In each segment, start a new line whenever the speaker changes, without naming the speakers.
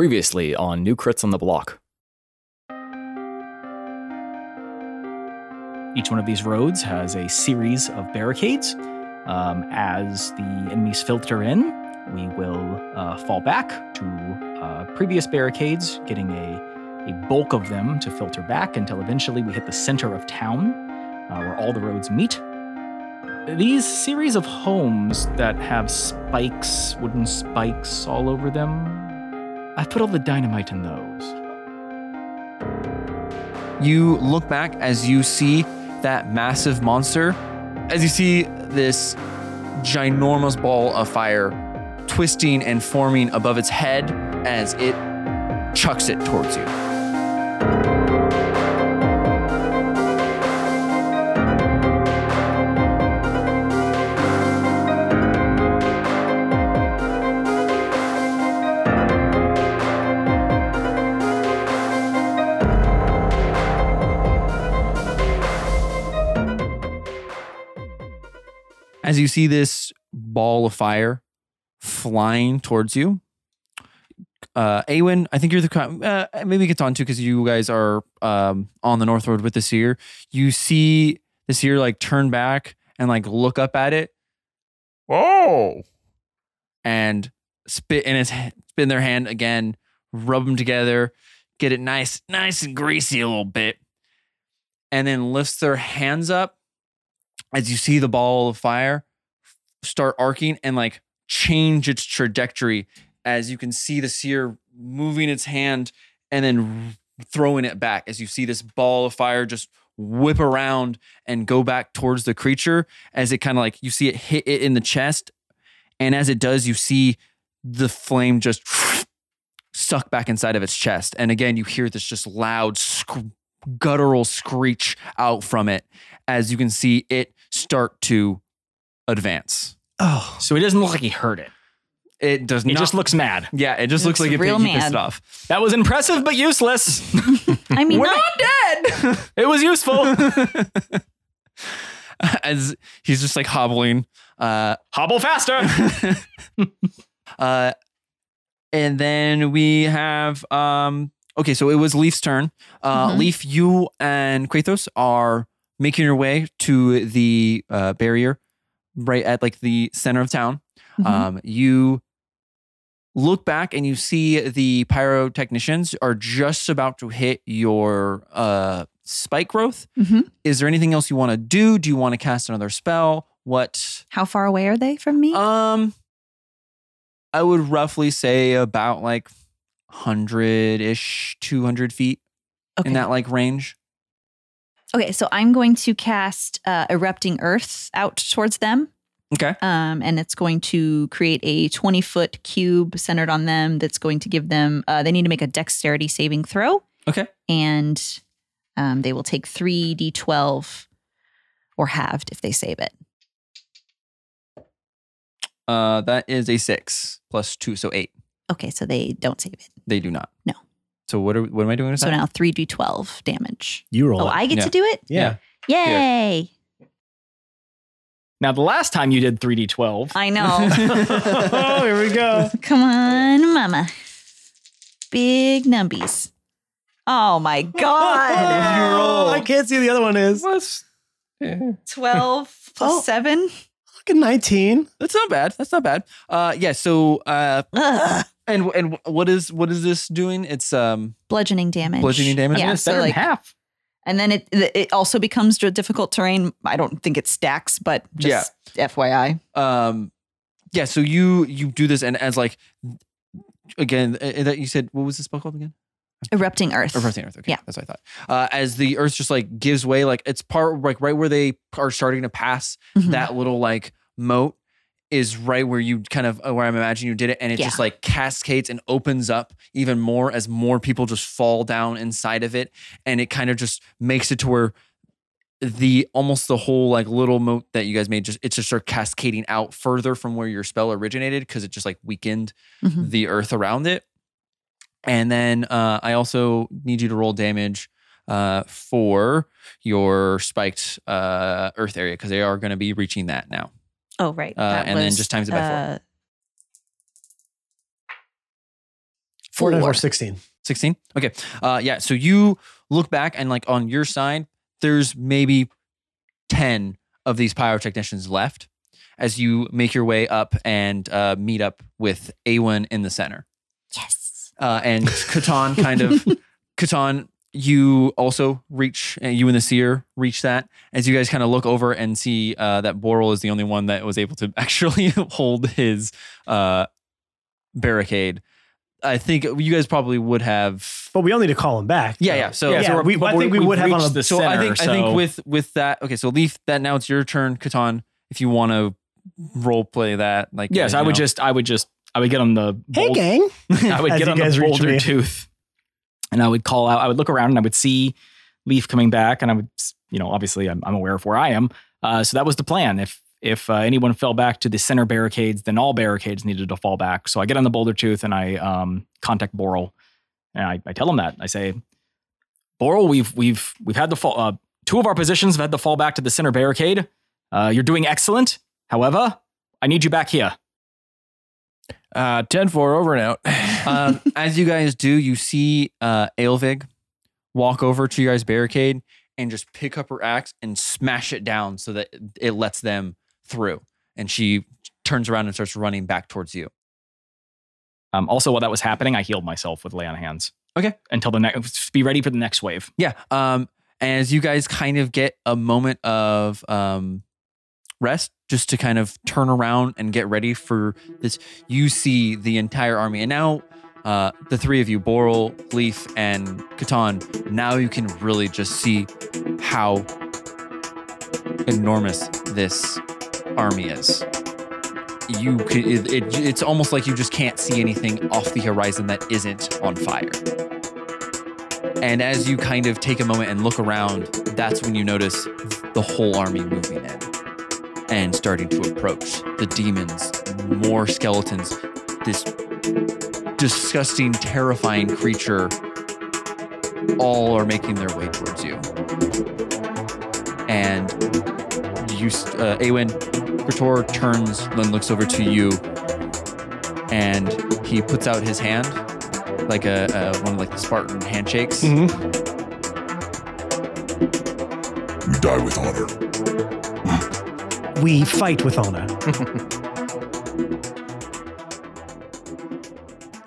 Previously on New Crits on the Block.
Each one of these roads has a series of barricades. Um, as the enemies filter in, we will uh, fall back to uh, previous barricades, getting a, a bulk of them to filter back until eventually we hit the center of town uh, where all the roads meet. These series of homes that have spikes, wooden spikes all over them, I've put all the dynamite in those.
You look back as you see that massive monster, as you see this ginormous ball of fire twisting and forming above its head as it chucks it towards you. As you see this ball of fire flying towards you, uh, Awen, I think you're the co- uh, maybe it's on too because you guys are um, on the north road with the seer. You see the seer like turn back and like look up at it
Oh,
and spit in his spit in their hand again, rub them together, get it nice, nice and greasy a little bit, and then lifts their hands up as you see the ball of fire start arcing and like change its trajectory as you can see the seer moving its hand and then throwing it back as you see this ball of fire just whip around and go back towards the creature as it kind of like you see it hit it in the chest and as it does, you see the flame just suck back inside of its chest. And again, you hear this just loud, sc- guttural screech out from it as you can see it start to advance.
Oh. So he doesn't look like he heard it.
It does
He
not.
just looks mad.
yeah, it just looks,
Looks
like it
real
picked, he pissed it
mad.
off.
That was impressive but useless.
I mean,
We're
I-
it was useful.
as he's just like hobbling. Uh,
Hobble faster.
Uh, and then we have um okay, so it was Leaf's turn. Uh
Mhm.
Leaf, you and Kratos are making your way to the uh barrier right at like the center of town.
Mhm.
Um you look back and you see the pyrotechnicians are just about to hit your uh spike growth.
Mhm.
Is there anything else you want to do? Do you want to cast another spell? What
how far away are they from me?
um, I would roughly say about like hundred ish, two hundred feet
okay.
in that like range.
okay, so I'm going to cast uh, erupting earth out towards them.
Okay.
Um, and it's going to create a 20 foot cube centered on them. That's going to give them. Uh, they need to make a dexterity saving throw.
Okay.
And um, they will take three d12 or halved if they save it.
Uh, that is a six plus two, so eight.
Okay, so they don't save it.
They do not.
No.
So what are what am I doing? with
So
that?
now three d12 damage.
You roll.
Oh,
it.
I get
Yeah.
to do it.
yeah.
Yay!
now, the last time you did 3D12,
I know.
Oh,
here we go.
Come on, mama. Big numbies. Oh my god.
you roll. Oh, I can't see the other one is.
That's,
12 plus
Oh.
7.
Fucking 19.
that's not bad. That's not bad. Uh, yeah. So uh,
Ugh.
and and what is what is this doing? It's um
Bludgeoning damage.
Bludgeoning damage?
Yeah,
it's better
so like,
than half.
and then it it also becomes dr- difficult terrain. I don't think it stacks, but just FYI.
um yeah. So you you do this and as like again uh, that you said what was the spell called again?
Erupting earth.
Or Earth. Okay,
Yeah.
that's what I thought. Uh, as the Earth just like gives way, like it's part like right where they are starting to pass
Mhm.
that little like moat is right where you kind of uh, where I'm imagining you did it, and it
Yeah.
just like cascades and opens up even more as more people just fall down inside of it, and it kind of just makes it to where the almost the whole like little moat that you guys made just it just started cascading out further from where your spell originated because it just like weakened
Mhm.
the earth around it. And then uh, I also need you to roll damage uh, for your spiked uh, earth area because they are going to be reaching that now.
Oh, right.
Uh, and then just times it by four.
Four times
Four.
four, 16.
16 okay uh yeah so you look back and like on your side there's maybe 10 of these pyrotechnicians left as you make your way up and uh, meet up with a1 in the center
Yes.
uh, and Catan kind of Catan. You also reach, and you and the seer reach that as you guys kind of look over and see uh, that Boral is the only one that was able to actually hold his uh, barricade. I think you guys probably would have.
But we all need to call him back.
Yeah,
though.
yeah. So,
Yeah,
so we're-
we- I
we're-
think we
we've
would have on
reached
a-
the
so I
center,
think- I
so-
think
with with that. Okay, so Leaf, that now it's your turn, Catan. If you want to role play that, like uh,
Yes,
you
I would
know.
just, I would just, I would get on the.
Hey,
bold-
gang.
I would
As
get
you
on
guys
the
reach
boulder
me.
tooth, and I would call out. I would look around and I would see Leaf coming back, and I would, you know, obviously I'm, I'm aware of where I am. Uh, so that was the plan. If if uh, anyone fell back to the center barricades, then all barricades needed to fall back. So I get on the boulder tooth and I um, contact Boral, and I, I tell him that I say, Boral, we've we've we've had the fall. Uh, two of our positions have had to fall back to the center barricade. Uh, you're doing excellent. However, I need you back here.
Uh, 10 4 over and out.
um, as you guys do, you see uh, Aelvig walk over to your guys' barricade and just pick up her axe and smash it down so that it lets them through. And she turns around and starts running back towards you.
Um, also, while that was happening, I healed myself with lay on hands.
Okay.
Until the next, be ready for the next wave.
Yeah. Um, and as you guys kind of get a moment of um, rest, just to kind of turn around and get ready for this, you see the entire army. And now, uh, the three of you, Boral, Leaf, and Catan, now you can really just see how enormous this army is. You could, it, it, it's almost like you just can't see anything off the horizon that isn't on fire. And as you kind of take a moment and look around, that's when you notice the whole army moving in and starting to approach the demons, more skeletons, this disgusting, terrifying creature. All are making their way towards you. And you, s- uh, Awen, Krator turns and looks over to you, and he puts out his hand, like a, a one of like the Spartan handshakes.
You die with honor.
We fight with honor.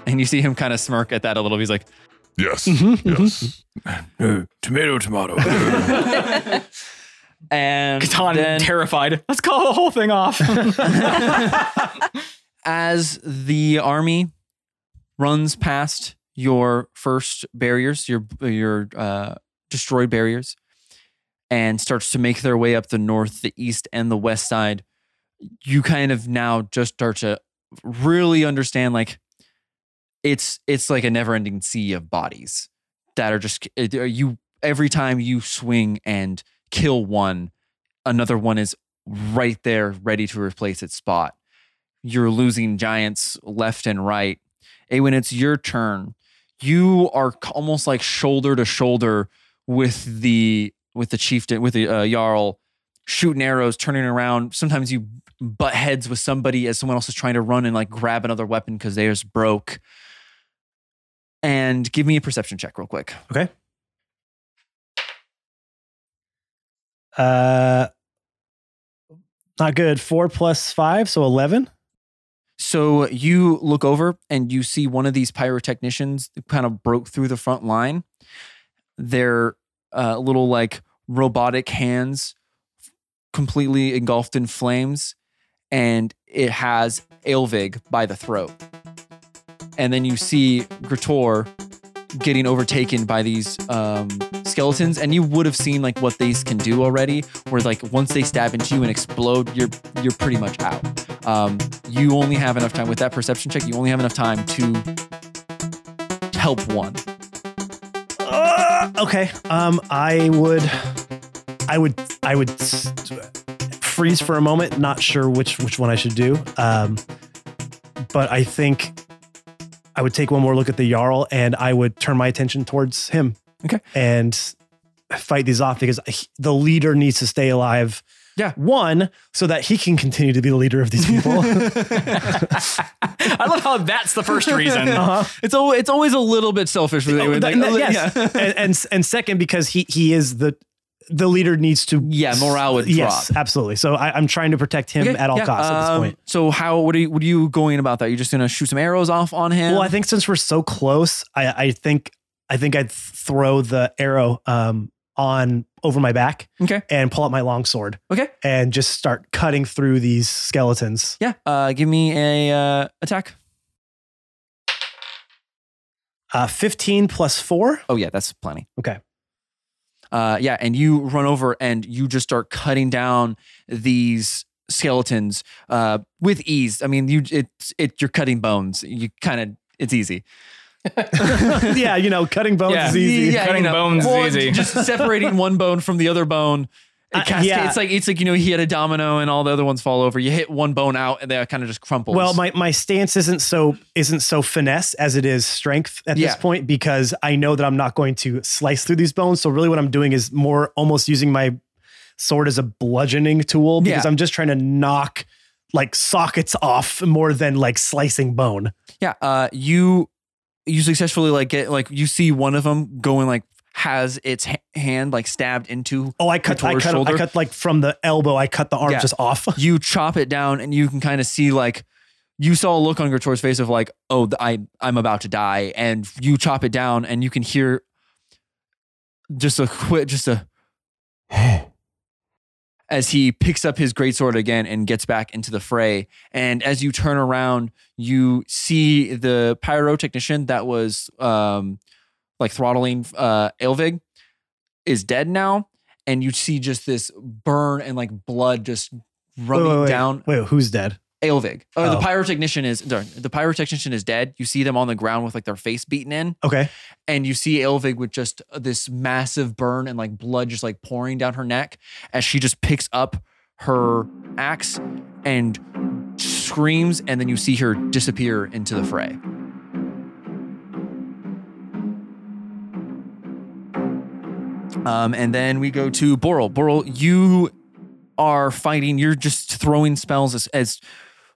And you see him kind of smirk at that a little. He's like,
Yes.
Mm-hmm,
Yes.
Uh, tomato, tomato.
and
Catan,
then
terrified. Let's call the whole thing off.
as the army runs past your first barriers, your your uh, destroyed barriers, and starts to make their way up the north, the east, and the west side, you kind of now just start to really understand like it's it's like a never-ending sea of bodies that are just it- uh, you every time you swing and kill one another one is right there ready to replace its spot you're losing giants left and right and when it's your turn you are c- almost like shoulder to shoulder with the with the chieftain with the uh, jarl shooting arrows turning around sometimes you butt heads with somebody as someone else is trying to run and like grab another weapon because theirs broke and give me a perception check real quick
Uh, not good. Four plus five, so 11.
So you look over and you see one of these pyrotechnicians that kind of broke through the front line. Their uh, little like robotic hands completely engulfed in flames, and it has Aelvig by the throat. And then you see Grator getting overtaken by these um, skeletons, and you would have seen like what these can do already. Where like once they stab into you and explode, you're you're pretty much out um, you only have enough time with that perception check. You only have enough time to help one.
Uh, okay. Um, I would, I would, I would s- freeze for a moment, not sure which which one I should do. Um, but I think I would take one more look at the Jarl and I would turn my attention towards him.
Okay.
And fight these off because he- the leader needs to stay alive
Yeah.
One, so that he can continue to be the leader of these people.
I love how that's the first reason.
Uh-huh.
It's al- it's always a little bit selfish with
Oh,
it.
that-
Like,
that-
oh,
yes. and, and and second, because he he is the the leader needs to
Yeah, morale would
yes
drop.
absolutely. So I, I'm trying to protect him
Okay,
at all
yeah.
costs at this
Um,
point.
So how what are you what are you going about that? You're just gonna shoot some arrows off on him?
Well, I think since we're so close, I, I think I think I'd throw the arrow um, on over my back,
Okay.
and pull out my long sword,
Okay.
and just start cutting through these skeletons.
Yeah. Uh, give me a uh, attack.
Uh, Fifteen plus four.
Oh yeah, that's plenty.
Okay.
Uh, yeah, and you run over and you just start cutting down these skeletons uh, with ease. I mean, you it's it you're cutting bones. You kind of it's easy.
yeah, you know, cutting bones
Yeah.
is easy.
Yeah,
Cutting bones is
Well,
easy.
Just separating one bone from the other bone.
Uh,
It cascades.
yeah.
It's like it's like you know he had a domino and all the other ones fall over. You hit one bone out and they kind of just crumple.
Well, my, my stance isn't so isn't so finesse as it is strength at
Yeah.
this point because I know that I'm not going to slice through these bones. So really, what I'm doing is more almost using my sword as a bludgeoning tool because
Yeah.
I'm just trying to knock like sockets off more than like slicing bone.
Yeah, uh, you you successfully like get like you see one of them going like has its ha- hand like stabbed into.
Oh, I cut I
Towards
cut I
shoulder?
cut like from the elbow. I cut the arm
Yeah.
just off.
You chop it down and you can kind of see like you saw a look on Gertor's face of like oh th- I I'm about to die and you chop it down and you can hear just a quick just a as he picks up his greatsword again and gets back into the fray. And as you turn around, you see the pyrotechnician that was um, like throttling uh, Elvig is dead now. And you see just this burn and like blood just running
wait, wait,
down
Wait, who's dead?
Elvig. Or the
Oh.
pyrotechnician is sorry, the pyrotechnician is dead. You see them on the ground with like their face beaten in
Okay.
and you see Elvig with just this massive burn and like blood just like pouring down her neck as she just picks up her axe and screams, and then you see her disappear into the fray. Um, and then we go to Boral. Boral, you are fighting. You're just throwing spells as, as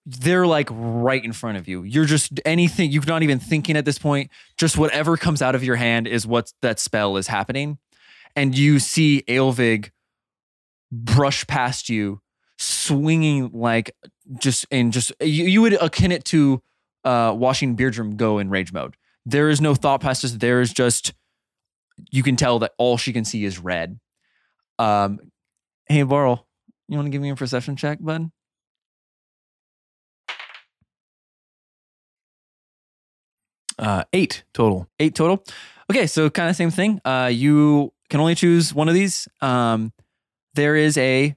they're like right in front of you. You're just anything. You're not even thinking at this point just whatever comes out of your hand is what that spell is happening. And you see Aelvig brush past you, swinging like just in just you, you would akin it to uh, watching Beardrum go in rage mode. There is no thought past this. There is just you can tell that all she can see is red. Um, hey Borl, you want to give me a perception check, bud?
Uh, eight total.
eight total. Okay, so kind of same thing. Uh, you can only choose one of these. Um, there is a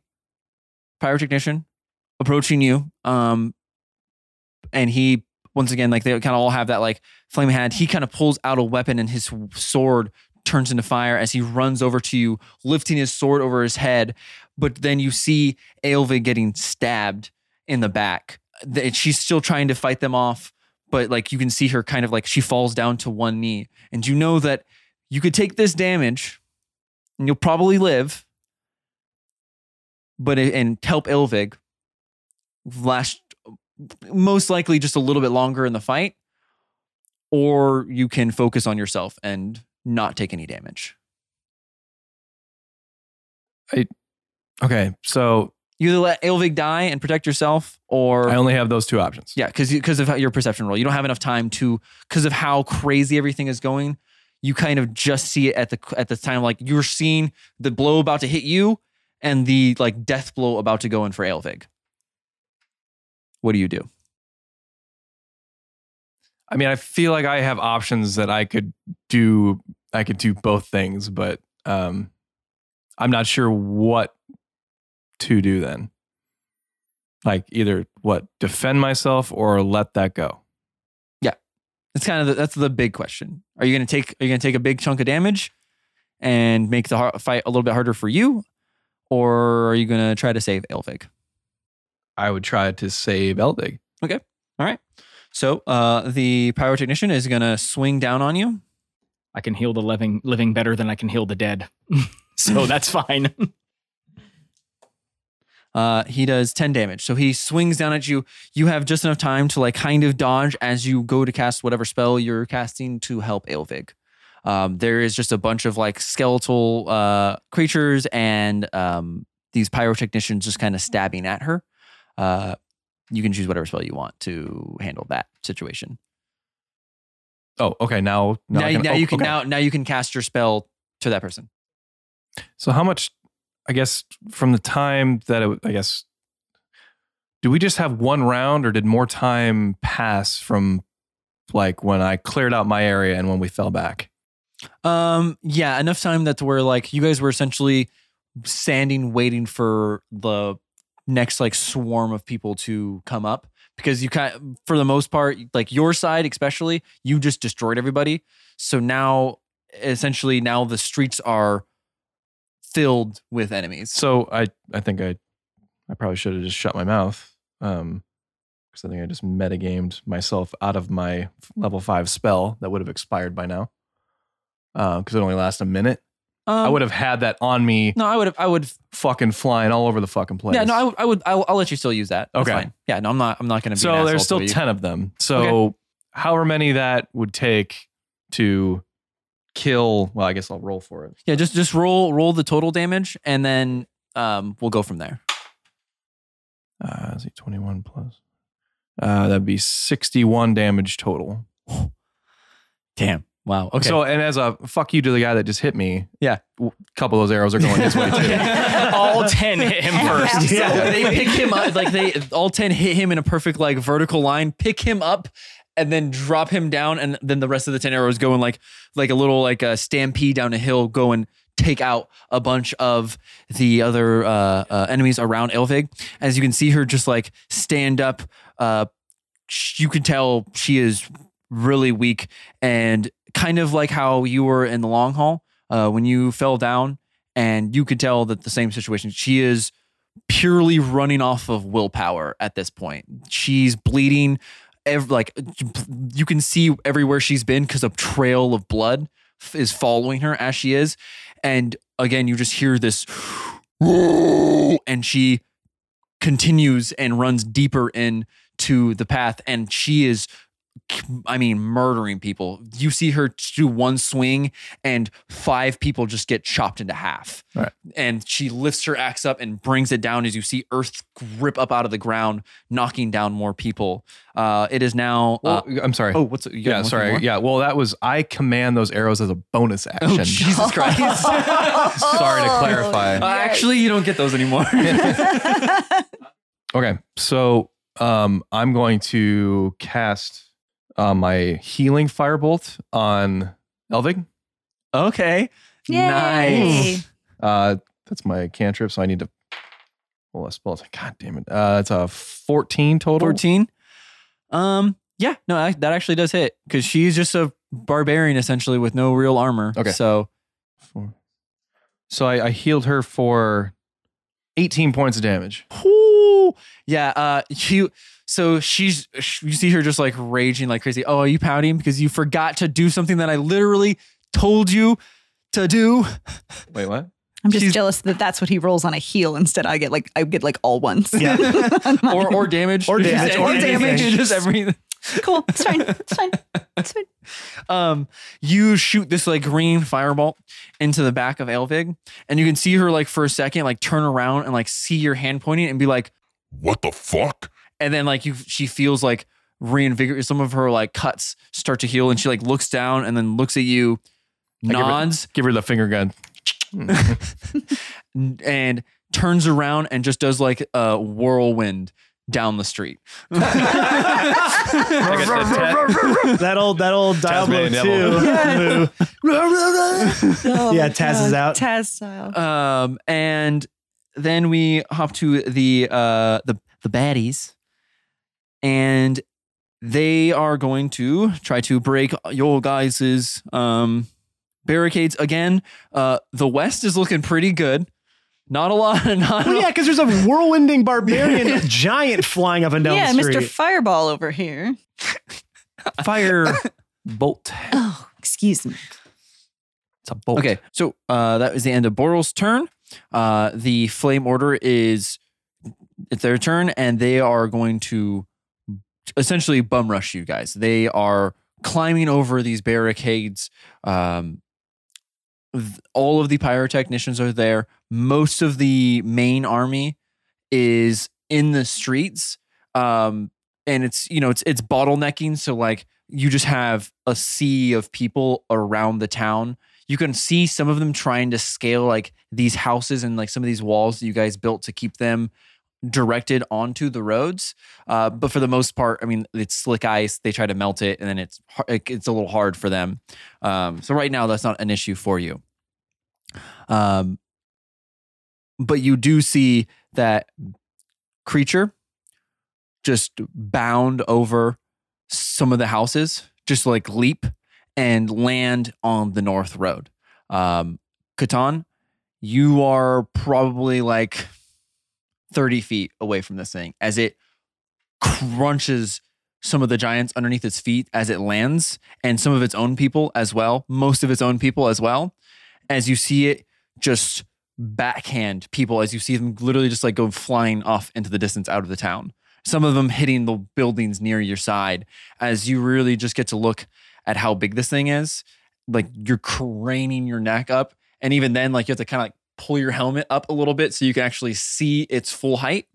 pyrotechnician approaching you, um, and he once again like they kind of all have that like flame hand. He kind of pulls out a weapon, and his sword turns into fire as he runs over to you, lifting his sword over his head. But then you see Aelvig getting stabbed in the back. Th- She's still trying to fight them off but like you can see her kind of like she falls down to one knee and you know that you could take this damage and you'll probably live but it, and help Ilvig last most likely just a little bit longer in the fight or you can focus on yourself and not take any damage
Okay, so
you either let Ilvig die and protect yourself or
I only have those two options.
Yeah, because because of how- your perception roll, you don't have enough time to because of how crazy everything is going. You kind of just see it at the at the time, like you're seeing the blow about to hit you and the like death blow about to go in for Aelvig. What do you do?
I mean, I feel like I have options that I could do. I could do both things, but um, I'm not sure what to do then. Like either what defend myself or let that go.
That's kind of the, that's the big question. Are you gonna take are you gonna take a big chunk of damage and make the har- fight a little bit harder for you, or are you gonna try to save Aelvig?
I would try to save Eldig.
So uh, the pyrotechnician is gonna swing down on you.
I can heal the living living better than I can heal the dead. so that's fine.
Uh, he does 10 damage. So he swings down at you. You have just enough time to like kind of dodge as you go to cast whatever spell you're casting to help Aelvig. Um, there is just a bunch of like skeletal uh, creatures and um, these pyrotechnicians just kind of stabbing at her. Uh, you can choose whatever spell you want to handle that situation.
Oh, okay. Now, now,
now,
I
now
oh,
you can
okay.
now now you can cast your spell to that person.
So how much? I guess from the time that it, I guess, do we just have one round, or did more time pass from like when I cleared out my area and when we fell back?
Um, yeah, enough time that we're like you guys were essentially standing waiting for the next like swarm of people to come up because you kind for the most part like your side especially you just destroyed everybody so now essentially now the streets are filled with enemies
So I, I think I, I probably should have just shut my mouth, um, because I think I just metagamed myself out of my level five spell that would have expired by now, because it only lasts a minute. I would have had that on me,
um, no i would have i would
fucking flying all over the fucking place.
yeah no i would i would I'll, I'll let you still use that That's
Okay.
fine. yeah no i'm not i'm not gonna be an
so
asshole
there's still
to you.
10 of them so however many that would take to kill well i guess i'll roll for it
yeah just just roll roll the total damage and then um we'll go from there
uh is it 21 plus uh that'd be 61 damage total
damn wow okay
so and as a fuck you to the guy that just hit me
Yeah.
a couple of those arrows are going his way too
All 10 hit him first.
Absolutely.
So they pick him up, like they all ten hit him in a perfect like vertical line, pick him up, and then drop him down, and then the rest of the ten arrows go in like like a little like a stampede down a hill, go and take out a bunch of the other uh, uh, enemies around Elvig. As you can see her just like stand up, uh, sh- you can tell she is really weak and kind of like how you were in the long haul uh, when you fell down. And you could tell that the same situation. She is purely running off of willpower at this point. She's bleeding. Ev- like you can see everywhere she's been because a trail of blood f- is following her as she is. And again, you just hear this, and she continues and runs deeper in to the path. And she is, I mean, murdering people. You see her do one swing, and five people just get chopped into half and she lifts her axe up and brings it down as you see earth grip up out of the ground knocking down more people uh, it is now uh,
well, i'm sorry
oh what's you got
yeah
one thing
sorry
more?
yeah well that was i command those arrows as a bonus action
oh jesus christ
sorry to clarify
Uh, actually you don't get those anymore
Okay, so um, I'm going to cast uh, my healing firebolt on Elvig.
okay
Yay.
nice
Uh, that's my cantrip, so I need to roll a spell. God damn it! Uh, that's a 14 total.
14 um yeah no that that actually does hit because she's just a barbarian essentially with no real armor
Okay.
so
Four. So I, I healed her for 18 points of damage.
Whoo! Yeah, uh you so she's sh- you see her just like raging like crazy. Oh, are you pouting because you forgot to do something that I literally told you to do?
Wait, what?
I'm just
She's-
jealous that that's what he rolls on a heel instead. I get like I get like all ones.
Yeah.
Or or damage.
Or
Just
damage,
any-
or
damage.
anything.
Just everything.
cool. It's fine. It's fine. It's fine.
Um you shoot this like green fireball into the back of Elvig, and you can see her like for a second, like turn around and like see your hand pointing and be like,
What the fuck?
and then like you she feels like reinvigorated some of her like cuts start to heal and she like looks down and then looks at you
I give her-
nods
Give her the finger gun.
n- and turns around and just does like a whirlwind down the street
I got the tat-
that old that old Diablo
Tasmanian
two.
devil.
move.
Oh,
Yeah, Taz is
God.
out.
Taz style.
um and then we hop to the uh the the baddies and they are going to try to break your guys's um barricades again uh the west is looking pretty good not a lot not a
Well, yeah, because there's a whirlwinding barbarian giant flying up and down
yeah,
the street.
Mr. Fireball over here.
Fire bolt.
Oh, excuse me.
It's a bolt.
Okay, so uh, that was the end of Boral's turn. Uh, the Flame Order is it's their turn and they are going to essentially bum rush you guys. They are climbing over these barricades. Um, th- all of the pyrotechnicians are there. Most of the main army is in the streets. Um, and it's you know it's it's bottlenecking so like you just have a sea of people around the town you can see some of them trying to scale like these houses and like some of these walls that you guys built to keep them directed onto the roads uh, but for the most part i mean it's slick ice they try to melt it and then it's har- it- it's a little hard for them um, so right now that's not an issue for you um, but you do see that creature just bound over some of the houses, just like leap and land on the North Road. Um, Catan, you are probably like 30 feet away from this thing as it crunches some of the giants underneath its feet as it lands and some of its own people as well, most of its own people as well. As you see it just backhand people, as you see them literally just like go flying off into the distance out of the town some of them hitting the buildings near your side as you really just get to look at how big this thing is. Like you're craning your neck up. And even then, like you have to kind of like pull your helmet up a little bit so you can actually see its full height.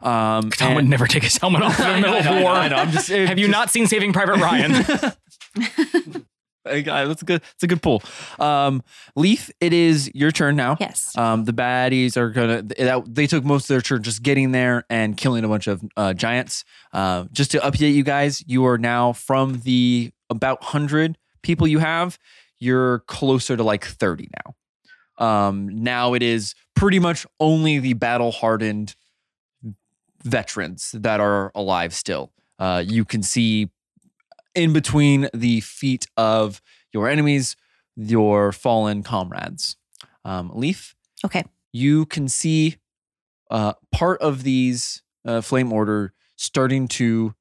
Um,
Tom would
and-
never take his helmet off in the
I know,
middle
I know,
of
I know,
war.
I know. I'm just- it
Have you
just-
not seen Saving Private Ryan?
Hey, guy, that's a good. It's a good pull. Um, Leaf, it is your turn now.
Yes.
Um, the baddies are gonna. th- that- They took most of their turn just getting there and killing a bunch of uh, giants. Uh, just to update you guys, you are now from the about hundred people you have. You're closer to like thirty now. Um, now it is pretty much only the battle hardened veterans that are alive still. Uh, you can see in between the feet of your enemies, your fallen comrades. Um, Leaf,
Okay.
you can see uh, part of these uh, flame order starting to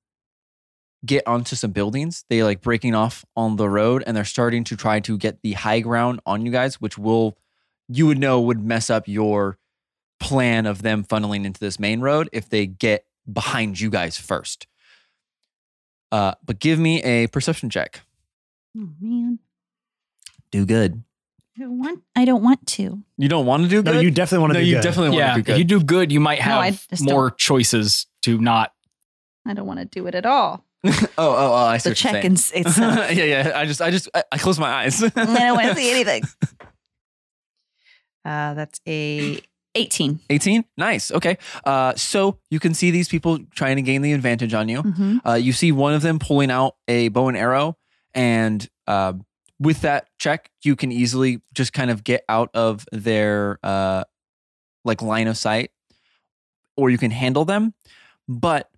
get onto some buildings. They like breaking off on the road and they're starting to try to get the high ground on you guys, which will you would know would mess up your plan of them funneling into this main road if they get behind you guys first. Uh, but give me a perception check.
Oh man,
Do good.
I don't want. I don't want to.
You don't want to do good.
No, you definitely want to
No,
do
you
good.
definitely want
yeah,
to do
if
good.
you do good, you might
No, I
have
just
more choices to not.
I don't want to do it at all.
oh, oh, oh, I see.
So
what you're saying.
check and s- it's. uh,
yeah, yeah. I just, I just, I, I close my eyes. I
I don't want to see anything. Uh, that's a eighteen.
18? Nice. Okay. Uh, so you can see these people trying to gain the advantage on you.
Mm-hmm.
Uh, you see one of them pulling out a bow and arrow, and uh, with that check, you can easily just kind of get out of their uh, like line of sight, or you can handle them. But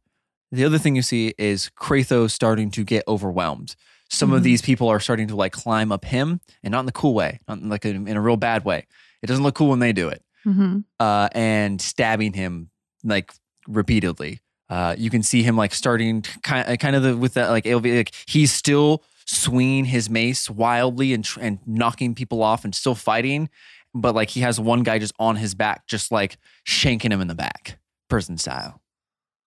the other thing you see is Krathos starting to get overwhelmed. Some of
Mhm.
these people are starting to like climb up him, and not in the cool way, not in like a, in a real bad way. It doesn't look cool when they do it
Mm-hmm.
uh, and stabbing him like repeatedly. Uh, you can see him like starting kind kind of the, with that like ALV, like he's still swinging his mace wildly and tr- and knocking people off and still fighting, but like he has one guy just on his back, just like shanking him in the back, person style.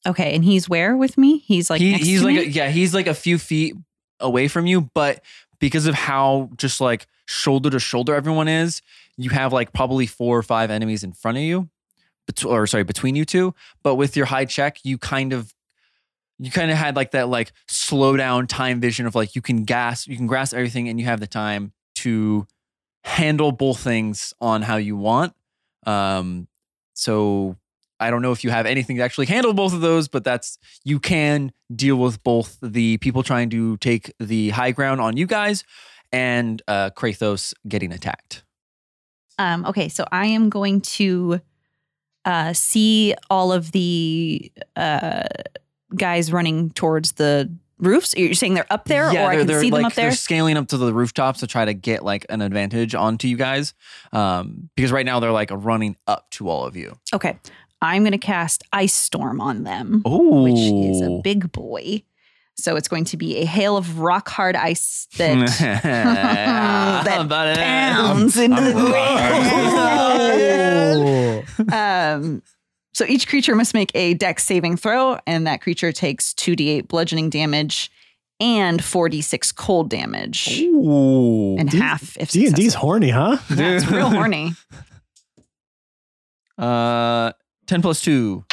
Okay, and he's where with me? He's like
He-
next
he's
to
like
me?
a, yeah, he's like a few feet away from you, but because of how just like shoulder to shoulder everyone is, you have like probably four or five enemies in front of you, bet- or sorry, between you two. But with your high check, you kind of you kind of had like that like slow down time vision of like you can gas you can grasp everything and you have the time to handle both things on how you want. Um, so I don't know if you have anything to actually handle both of those, but that's you can deal with both the people trying to take the high ground on you guys and uh, Krathos getting attacked.
Um, okay, so I am going to uh, see all of the uh, guys running towards the roofs. You're saying they're up there, or I can see them
like,
up there.
They're scaling up to the rooftops to try to get like an advantage onto you guys, um, because right now they're like running up to all of you.
Okay, I'm going to cast ice storm on them,
Oh,
which is a big boy. So it's going to be a hail of rock hard ice that that
uh,
pounds into the
I'm-
Oh.
ground. um, So each creature must make a dex saving throw, and that creature takes 2d8 bludgeoning damage and 4d6 cold damage,
Ooh.
and
D-
half if
D and D's
successful.
horny, huh?
Yeah, it's real horny.
Uh, 10 plus 2,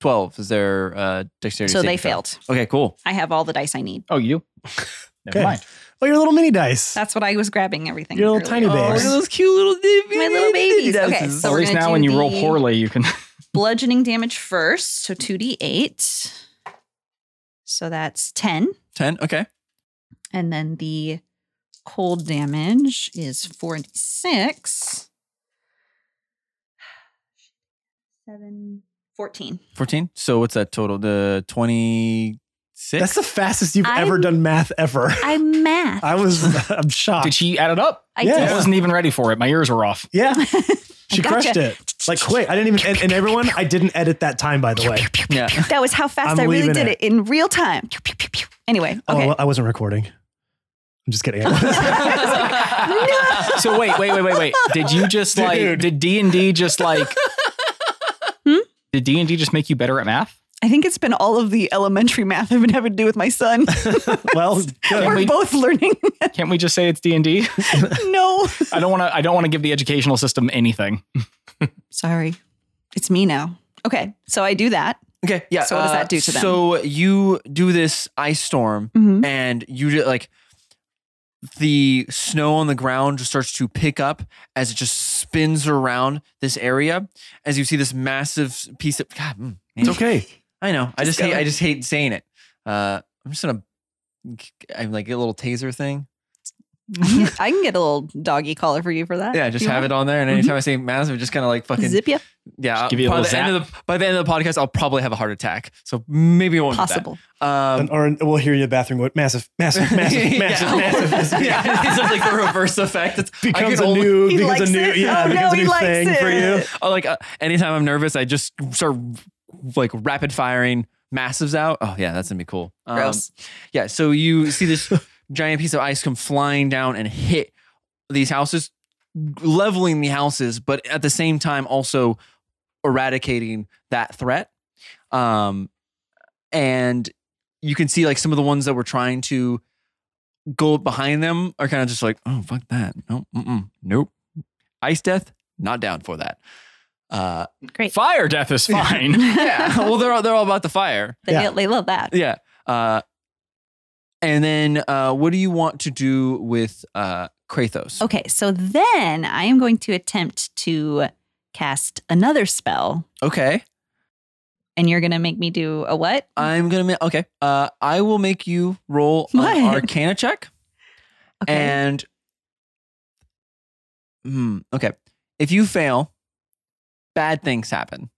12 is their uh, dexterity.
so they
saving throw.
failed.
Okay, cool.
I have all the dice I need.
Oh, you do? Never
Okay.
mind.
Oh, your little mini dice.
That's what I was grabbing everything.
Your little
earlier.
tiny
Oh, look
babies.
at those cute little baby,
My little babies. Okay, so
Or
we're
at least
gonna
now
do
when you roll
the-
poorly, you can.
bludgeoning damage first. So 2d8. So that's 10.
10, okay.
And then the cold damage is 46. 7, 14.
14. So what's that total? The 26?
That's the fastest you've
I'm-
ever done math ever.
I math.
I was, I'm shocked.
Did she add it up?
I
Yeah.
I
did.
wasn't even ready for it. My ears were off.
yeah,
gotcha.
she crushed it. Like quick. I didn't even, and, and everyone, I didn't edit that time, by the way.
yeah.
That was how fast
I'm
i really
leaving
did
it.
it. in real time. Anyway,
Oh,
okay.
well, I wasn't recording. I'm just kidding.
So wait, wait, wait, wait, wait. Did you just like? Did D and D just like?
Hmm?
Did D and D just make you better at math?
I think it's been all of the elementary math I've been having to do with my son.
well, good.
We're
we-
both learning.
Can't we just say it's D and D?
no.
I don't want to. I don't want to give the educational system anything.
Sorry. It's me now. Okay. So I do that.
Okay, yeah. uh,
So what does that do to them?
So you do this ice storm
Mm-hmm.
and you just like the snow on the ground just starts to pick up as it just spins around this area as you see this massive piece of God, mm,
It's
man.
okay.
I know. I just
go.
hate I just hate saying it. Uh I'm just gonna I'm like a little taser thing.
I, can get, I can get a little doggy collar for you for that.
Yeah,
if
just
you
have it
want.
on there and
Mhm.
anytime I say massive, it just kinda like fucking
Zip you.
Yeah.
give you a
by,
little
the end of the, by the end of the podcast, I'll probably have a heart attack. So maybe it won't do that.
Possible.
Um,
And- or we'll hear you in the bathroom. What massive, massive, massive, massive,
yeah.
massive. massive.
yeah, it's like the reverse effect. It's, I
Becomes
could
a
only,
new,
He
becomes
likes
a new,
it.
yeah,
Oh, no,
becomes a
he
new
likes
thing for you.
it.
oh, like uh, anytime I'm nervous, I just start like rapid firing massives out. Oh yeah, that's gonna be cool. Um,
Gross.
Yeah, so you see this giant piece of ice come flying down and hit these houses, leveling the houses, but at the same time also eradicating that threat. Um, and you can see like some of the ones that were trying to go behind them are kind of just like, oh fuck that, no, mm-mm, nope, ice death, not down for that. Uh,
Great.
Fire death is fine.
yeah, well they're all, they're all about the fire.
They,
Yeah.
they love that.
Yeah. Uh, and then uh, what do you want to do with uh, Krathos?
Okay. So then I am going to attempt to cast another spell, mm-hmm.
Okay.
and you're going to make me do a what?
I'm going to make, okay. Uh, I will make you roll an
What?
Arcana check.
Okay.
And, Hmm, okay. If you fail, bad things happen.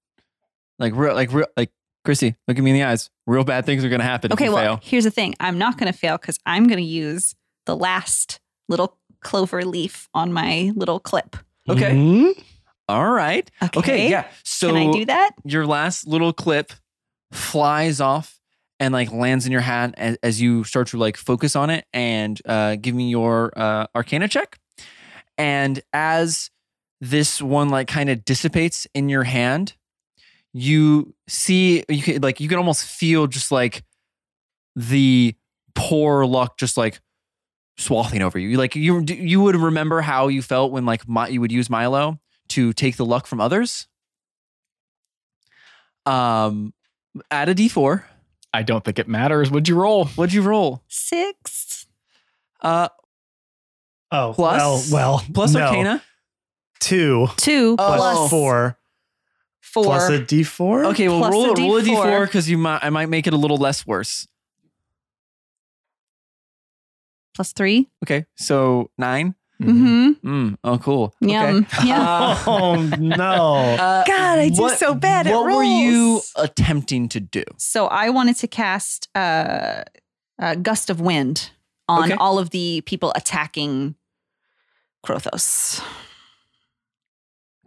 Like, real, like, real, like, Christy, look at me in the eyes. Real bad things are going to happen if
okay.
you
Well,
fail.
here's the thing I'm not going to fail because I'm going to use the last little clover leaf on my little clip.
Okay.
Mhm.
All right.
Okay.
Okay. Yeah. So,
Can I do that?
your last little clip flies off and like lands in your hand as, as you start to like focus on it and uh, give me your uh, arcana check and as this one like kind of dissipates in your hand you see you can like you can almost feel just like the poor luck just like swathing over you You, like you you would remember how you felt when like my, you would use milo to take the luck from others um, add a d4.
I don't think it matters. Would you roll?
What'd you roll?
Six.
Uh,
Oh,
Plus-
well, well,
plus
no.
Arcana.
two
Two
Oh.
plus
plus
four,
four.
plus a D four.
Okay, well
Plus
roll
a
roll a
D4.
d4 because you might I might make it a little less worse.
Plus three.
Okay, so nine.
Mm-hmm.
Mm, oh, cool.
Yum. Yum.
Uh,
Oh no.
uh,
God, I do
what-
so bad at
What were you
rolls.
attempting to do?
So I wanted to cast uh, a gust of wind on
Okay.
all of the people attacking Krothos.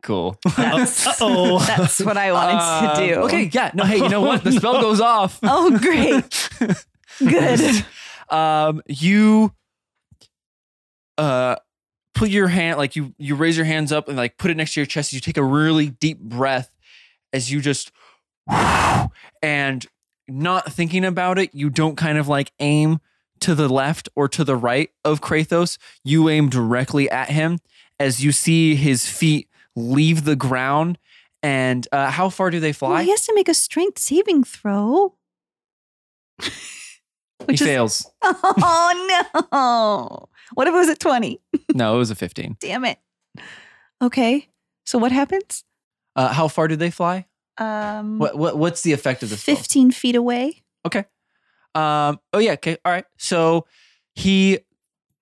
Cool.
That's,
Uh-oh.
that's what I wanted to do.
Um, Okay, yeah. No, hey, you know what? The spell goes off.
Oh, great. Good.
um, you uh put your hand like you you raise your hands up and like put it next to your chest. You take a really deep breath, as you just and not thinking about it, you don't kind of like aim to the left or to the right of Krathos. You aim directly at him as you see his feet leave the ground. And uh, how far do they
Well,
fly?
he has to make a strength saving throw.
he
Which is
fails.
oh no! What if it was at twenty?
no, it was a 15.
Damn it. Okay, so what happens?
Uh, how far do they fly?
Um,
What, what What's the effect of this? spell?
fifteen feet away.
Um. Oh yeah. Okay. All right. So he,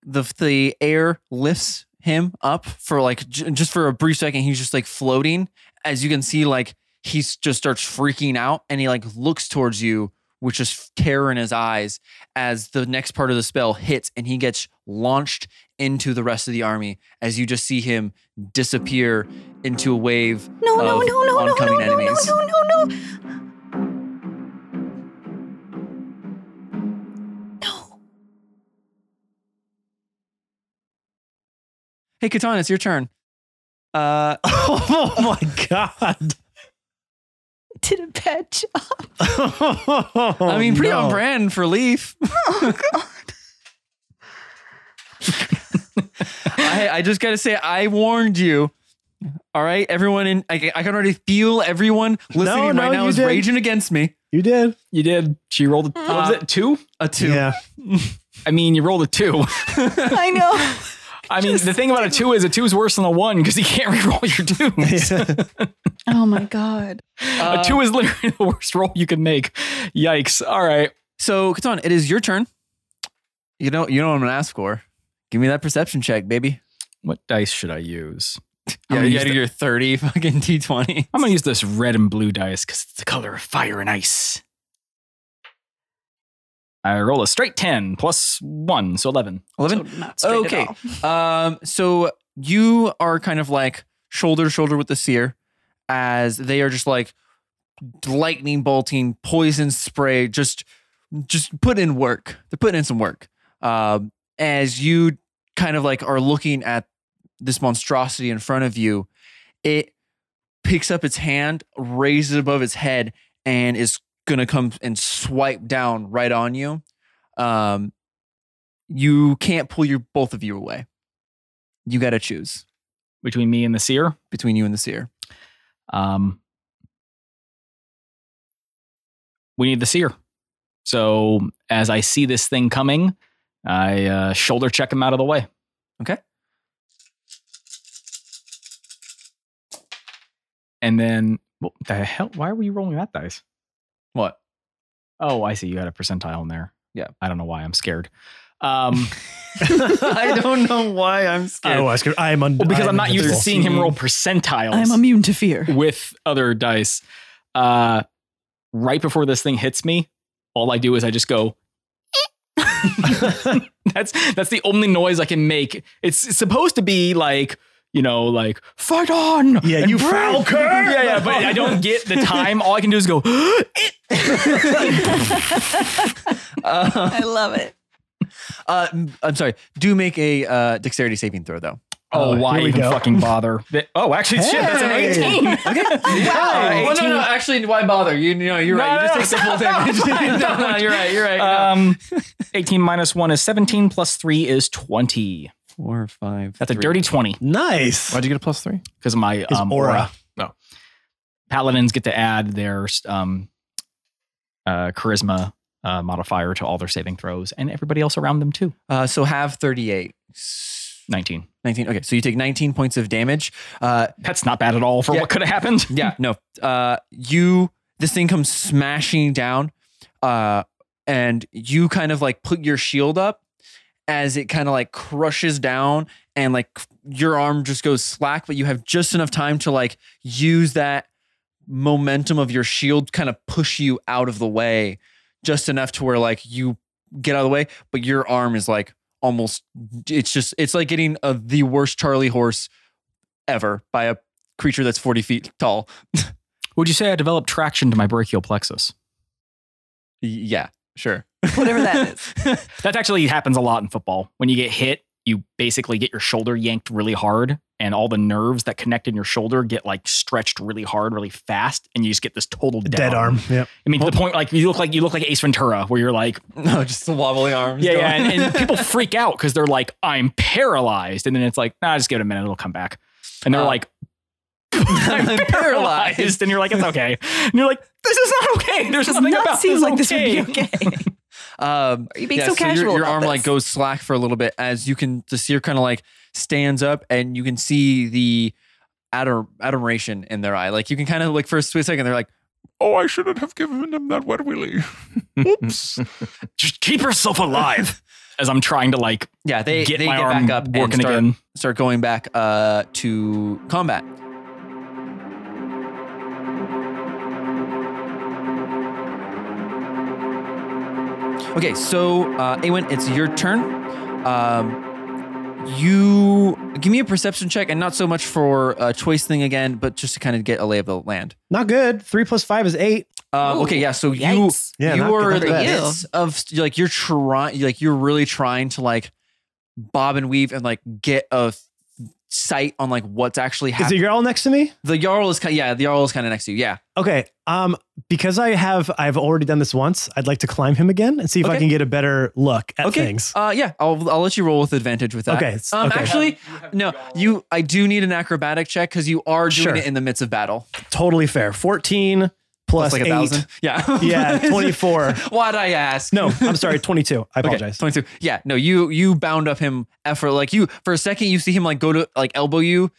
the the air lifts him up for like j- just for a brief second. He's just like floating. As you can see, like he s- just starts freaking out, and he like looks towards you with just terror in his eyes as the next part of the spell hits, and he gets launched into the rest of the army. As you just see him disappear into a wave.
No, no,
of
no, no, no, no,
oncoming
no, no,
enemies.
no, no, no. No.
Hey, Katana, it's your turn. Uh.
oh my god.
Did a bad job.
Oh,
I mean, pretty on brand for Leaf.
Oh, God.
I, I just gotta say, I warned you. All right, everyone in, I, I can already feel everyone listening
no,
right now
you
is
did.
raging against me.
You did.
You did. She rolled a what was
Uh,
it, two?
A two.
Yeah.
I mean, you rolled a two.
I know.
I mean, the thing about a two is a two is worse than a one because you can't re-roll your twos.
Oh my God.
a two is literally the worst roll you can make. Yikes! All right.
So, Katon, it is your turn. You know, you know what I'm gonna ask for. Give me that perception check, baby.
What dice should I use? I'm
Yeah,
gonna
you
use
gotta
the-
do your 30 fucking d20.
I'm gonna use this red and blue dice because it's the color of fire and ice. I roll a straight ten plus one, so eleven.
11.
So not straight at
Okay.
all.
Um, so you are kind of like shoulder to shoulder with the seer as they are just like lightning bolting, poison spray, just just put in work. They're putting in some work. Um, as you kind of like are looking at this monstrosity in front of you, it picks up its hand, raises it above its head, and is gonna come and swipe down right on you. Um, you can't pull your both of you away. You got to choose
Between me and the seer.
between you and the seer.
Um, we need the seer. So as I see this thing coming, I uh, shoulder check him out of the way.
Okay.
And then what the hell? Why were you rolling that dice?
What?
Oh, I see. You had a percentile in there.
Yeah.
I don't know why I'm scared. Um,
I don't know why I'm scared.
Oh, I was, I am un-
well, because
I am
I'm not used to
invincible.
seeing him roll percentiles.
immune to fear.
with other dice. Uh, right before this thing hits me, all I do is I just go. "Eh." that's that's the only noise I can make. It's supposed to be like you know, like fight on.
Yeah,
and
you
breathe."
foul cur!
Yeah, yeah, but I don't get the time. All I can do is go. "Oh,
I love it.
Uh, m- I'm sorry. Do make a uh, dexterity saving throw though.
oh, why
here we
even
go.
fucking bother? Oh, actually, shit, that's an
Hey!
eighteen.
Oh,
Uh, 18.
Actually, why bother? You, know, you're
No, no, no, it's fine.
you're right. You're right.
Um, eighteen minus one is seventeen. Plus three is twenty.
Four, five.
That's a dirty twenty
Nice.
Why'd you get a plus three?
because of my
His
um,
aura.
paladins get to add their um, uh, charisma uh, modifier to all their saving throws, and everybody else around them too.
Uh, so have 38. S-
Nineteen.
19. Okay, so you take 19 points of damage. Uh,
That's not bad at all for
Yeah.
what could have happened.
Yeah, no. Uh, you this thing comes smashing down, uh, and you kind of like put your shield up as it kind of like crushes down, and like your arm just goes slack, but you have just enough time to like use that momentum of your shield kind of push you out of the way, just enough to where like you get out of the way, but your arm is like almost it's just it's like getting uh the worst Charlie horse ever by a creature that's 40 feet tall.
Would you say I developed traction to my brachial plexus?
Y- Yeah, sure.
Whatever that is.
That actually happens a lot in football when you get hit you basically get your shoulder yanked really hard and all the nerves that connect in your shoulder get like stretched really hard really fast and you just get this total dead,
Dead arm. Yep.
i mean to the point like you look like you look like ace ventura where you're like
No, just the wobbly arms.
yeah, yeah
going.
and, and people freak out because they're like i'm paralyzed and then it's like nah just give it a minute it'll come back and they're
Uh,
like I'm
I'm
paralyzed, and you're like, it's okay. And you're like, this is not okay. There's
Does
nothing
not
about
seem
this
like this
okay.
would be okay.
Um,
Are you being
yeah,
so
your-
casual?
Your,
about
arm
this?
like goes slack for a little bit as you can the seer kind of like stands up and you can see the ador- adoration in their eye. Like you can kind of like for a split second they're like,
Oh, I shouldn't have given him that wet willy. Oops.
Just keep yourself alive. As I'm trying to like
yeah, they
get
they
my
get
arm
back up and
working
start
again.
start going back uh to combat. Okay, so uh, Awen, it's your turn. Um, you give me a perception check, and not so much for a choice thing again, but just to kind of get a lay of the land.
Not good. Three plus five is eight.
Um,
Ooh,
okay, yeah. So you
yikes.
Yeah,
you
not good
are
at
the
that.
midst of like you're trying, like you're really trying to like bob and weave and like get a f- sight on like what's actually
Is the
happening.
girl next to me?
the jarl is kind, yeah, the jarl is kind of next to you, yeah.
Okay. Um, because I have I've already done this once. I'd like to climb him again and see if I
Okay.
can get a better look at
Okay,
things.
uh, yeah, I'll I'll let you roll with advantage with that.
Okay, it's-
um,
okay.
actually, no, you I do need an acrobatic check because you are doing
Sure.
it in the midst of battle.
Totally fair. Fourteen plus,
That's like a
eight.
thousand, yeah,
Yeah, twenty-four.
Why'd I ask?
no, I'm sorry, twenty-two. I
Okay,
apologize.
22. Yeah, no, you you bound up him effort. Like you for a second, you see him like go to like elbow you,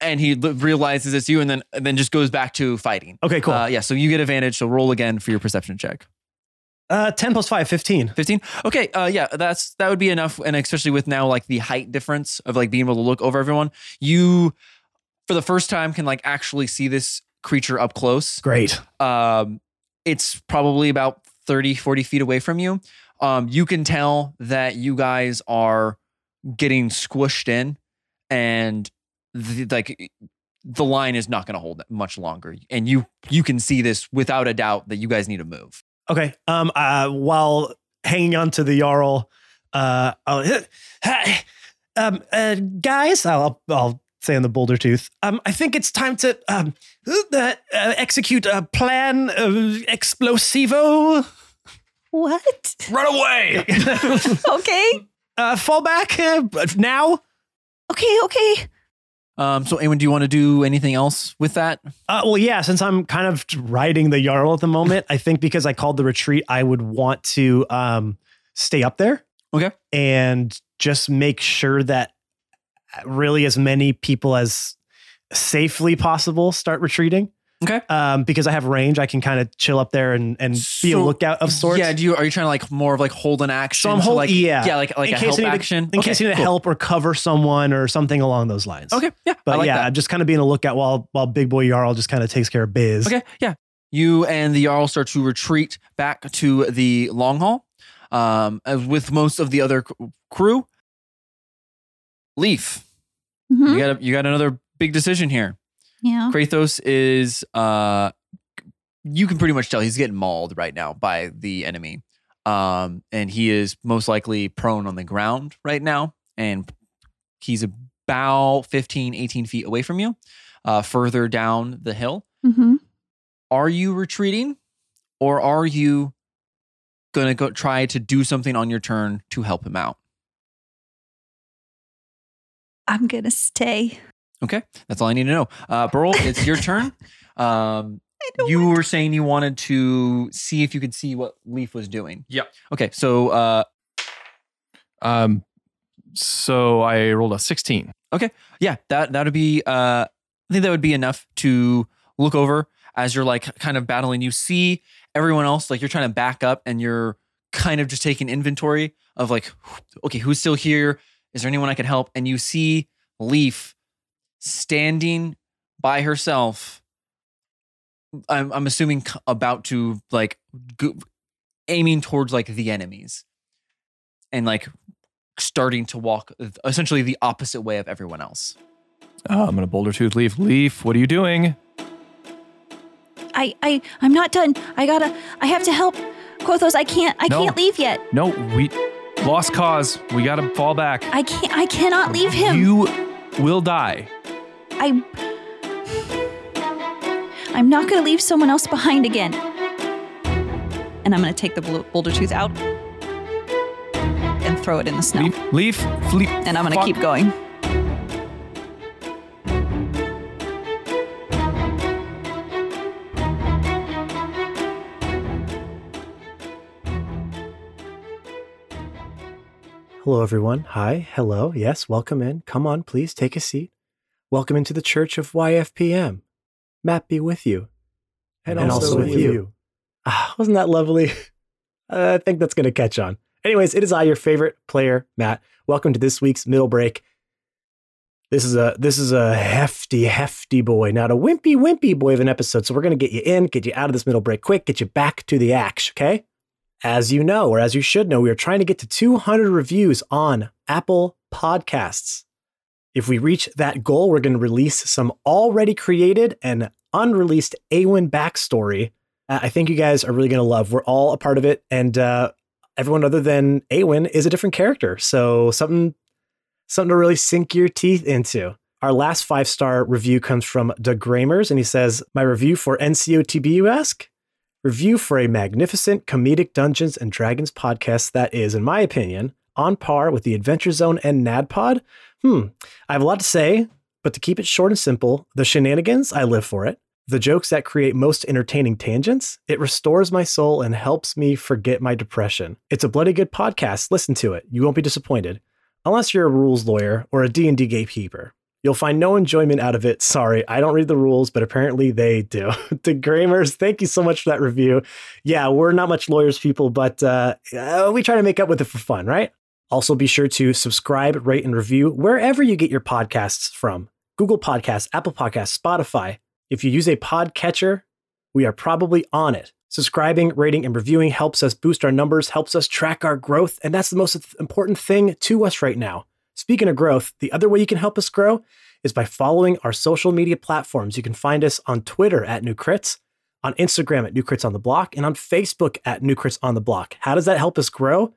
and he l- realizes it's you, and then and then just goes back to fighting.
Okay, cool.
Uh,
Uh,
yeah, so you get advantage. So roll again for your perception check.
Uh, ten plus five, 15.
15. Okay, uh, yeah, that's that would be enough, and especially with now like the height difference of like being able to look over everyone, you for the first time can like actually see this creature up close.
Great.
um, it's probably about 30, 40 feet away from you. Um, you can tell that you guys are getting squished in and the, like the line is not going to hold that much longer. And you, you can see this without a doubt that you guys need to move.
Okay. Um. Uh. While hanging on to the jarl, uh, I'll, um, uh, guys, I'll I'll say in the boulder tooth. Um, I think it's time to um, uh, execute a plan of explosivo.
what?
Run away.
Okay,
Uh, fall back uh, but now.
okay, okay.
Um, so Eamon, do you want to do anything else with that?
Uh, well, yeah, since I'm kind of riding the Jarl at the moment, I think because I called the retreat, I would want to um, stay up there.
Okay.
And just make sure that really as many people as safely possible start retreating.
Okay.
Um, because I have range, I can kind of chill up there and, and be a
So-
lookout of sorts.
Yeah. Do you, are you trying to like more of like hold an action?
So I'm
to,
hold-
like,
yeah.
Yeah. Like, like
In
a
case
help
I need to-
action.
in case you need to
cool.
help or cover someone or something along those lines.
Okay. Yeah. I
But
like
yeah,
that.
I'm just kind of being a lookout while while Big Boy Jarl just kind of takes care of biz.
Okay, yeah. You and the Jarl start to retreat back to the long haul um, as with most of the other c- crew. Leaf,
Mhm.
you, got a, you got another big decision here.
Yeah.
Kratos is, uh, you can pretty much tell he's getting mauled right now by the enemy. Um, and he is most likely prone on the ground right now. And he's about 15, 18 feet away from you, uh, further down the hill
Mm-hmm.
are you retreating or are you going to go try to do something on your turn to help him out?
I'm gonna stay.
Okay. That's all I need to know. Uh, Burl, it's your turn. Um,
I don't
you
want-
were saying you wanted to see if you could see what Leaf was doing.
Yep.
Okay. So, uh,
Um, so I rolled a 16.
yeah, that, that would be, uh, I think that would be enough to look over as you're like kind of battling. You see everyone else, like you're trying to back up and you're kind of just taking inventory of like, okay, who's still here? Is there anyone I can help? And you see Leaf standing by herself. I'm, I'm assuming c- about to like go, aiming towards like the enemies and like starting to walk essentially the opposite way of everyone else.
Uh, I'm going to boulder tooth leaf. Leaf, what are you doing?
I, I, I'm not done. I gotta. I have to help Kothos. I can't. I
No.
can't leave yet.
No, we Lost cause. We got to fall back.
I can't. I cannot leave him.
You will die.
I. I'm not going to leave someone else behind again. And I'm going to take the blo- boulder tooth out and throw it in the snow.
Leaf, leaf, leaf.
And I'm going to keep going.
Hello, everyone. Hi. Hello. Yes, welcome in. Come on, please take a seat. Welcome into the church of YFPM. Matt be with you. And, also, with you. Ah, wasn't that lovely? I think that's going to catch on. Anyways, it is I, your favorite player, Matt. Welcome to this week's middle break. This is a this is a hefty, hefty boy, not a wimpy, wimpy boy of an episode. So we're going to get you in, get you out of this middle break quick, get you back to the action, okay? As you know, or as you should know, we are trying to get to 200 reviews on Apple Podcasts. If we reach that goal, we're going to release some already created and unreleased Awen backstory. Uh, I think you guys are really going to love. We're all a part of it, and uh, everyone other than Awen is a different character. So something, something to really sink your teeth into. Our last five star review comes from Doug Gramers, and he says, "My review for NCOTB, you ask." Review for a magnificent comedic Dungeons and Dragons podcast that is, in my opinion, on par with the Adventure Zone and NADPod? Hmm, I have a lot to say, but to keep it short and simple, the shenanigans, I live for it. The jokes that create most entertaining tangents, it restores my soul and helps me forget my depression. It's a bloody good podcast. Listen to it. You won't be disappointed. Unless you're a rules lawyer or a D&D gatekeeper. You'll find no enjoyment out of it. Sorry, I don't read the rules, but apparently they do. to Gramers, thank you so much for that review. Yeah, we're not much lawyers people, but uh, uh, we try to make up with it for fun, right? Also, be sure to subscribe, rate, and review wherever you get your podcasts from Google Podcasts, Apple Podcasts, Spotify. If you use a podcatcher, we are probably on it. Subscribing, rating, and reviewing helps us boost our numbers, helps us track our growth, and that's the most important thing to us right now. Speaking of growth, the other way you can help us grow is by following our social media platforms. You can find us on Twitter at New Crits, on Instagram at New Crits on the Block, and on Facebook at New Crits on the Block. How does that help us grow?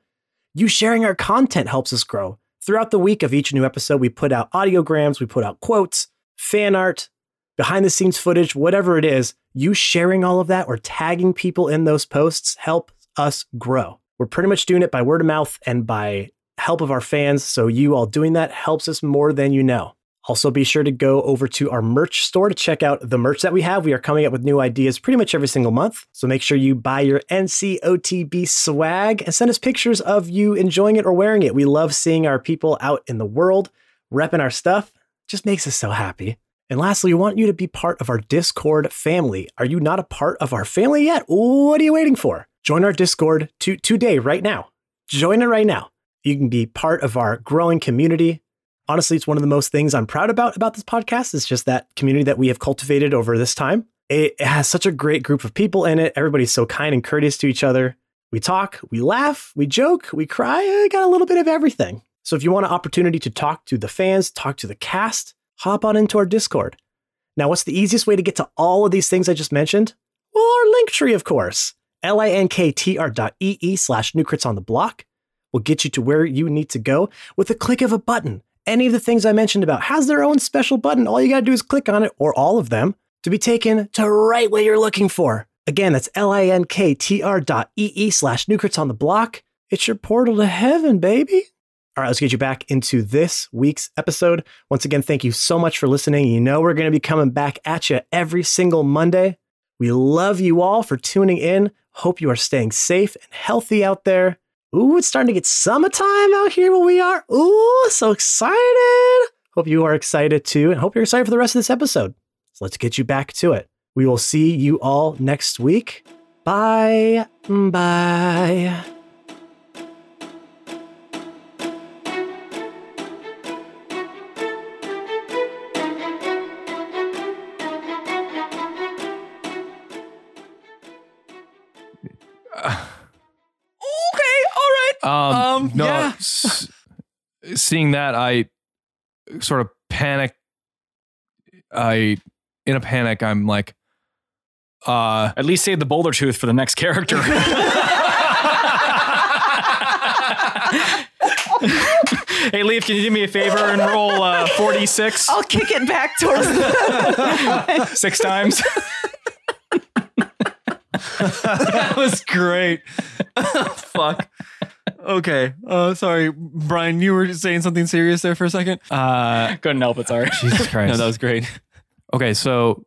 You sharing our content helps us grow. Throughout the week of each new episode, we put out audiograms, we put out quotes, fan art, behind the scenes footage, whatever it is. You sharing all of that or tagging people in those posts help us grow. We're pretty much doing it by word of mouth and by help of our fans. So you all doing that helps us more than you know. Also, be sure to go over to our merch store to check out the merch that we have. We are coming up with new ideas pretty much every single month. So make sure you buy your NCOTB swag and send us pictures of you enjoying it or wearing it. We love seeing our people out in the world repping our stuff. Just makes us so happy. And lastly, we want you to be part of our Discord family. Are you not a part of our family yet? What are you waiting for? Join our Discord to- today, right now. Join it right now. You can be part of our growing community honestly it's one of the most things i'm proud about about this podcast is just that community that we have cultivated over this time it has such a great group of people in it everybody's so kind and courteous to each other we talk we laugh we joke we cry i got a little bit of everything so if you want an opportunity to talk to the fans talk to the cast hop on into our discord now what's the easiest way to get to all of these things i just mentioned well our link tree of course linktr dot ee slash new crits on the block will get you to where you need to go with a click of a button any of the things I mentioned about has their own special button. All you got to do is click on it or all of them to be taken to right where you're looking for. Again, that's linktr dot ee slash newcrits on the block. It's your portal to heaven, baby. All right, let's get you back into this week's episode. Once again, thank you so much for listening. You know we're going to be coming back at you every single Monday. We love you all for tuning in. Hope you are staying safe and healthy out there. Ooh, it's starting to get summertime out here where we are. Ooh, so excited. Hope you are excited too, and hope you're excited for the rest of this episode. So let's get you back to it. We will see you all next week. Bye. Bye.
Okay,
Um,
Um,
no,
yeah.
s- seeing that, I sort of panic. I, in a panic, I'm like, uh,
At least save the boulder tooth for the next character.
all right.
Hey, Leaf, can you do me a favor and roll uh, 46
I'll kick it back towards the.
six times?
that was great. Fuck. Okay. Uh, sorry, Brian. You were saying something serious there for a second.
Uh,
Couldn't help it, sorry.
Jesus Christ.
No, that was great.
Okay, so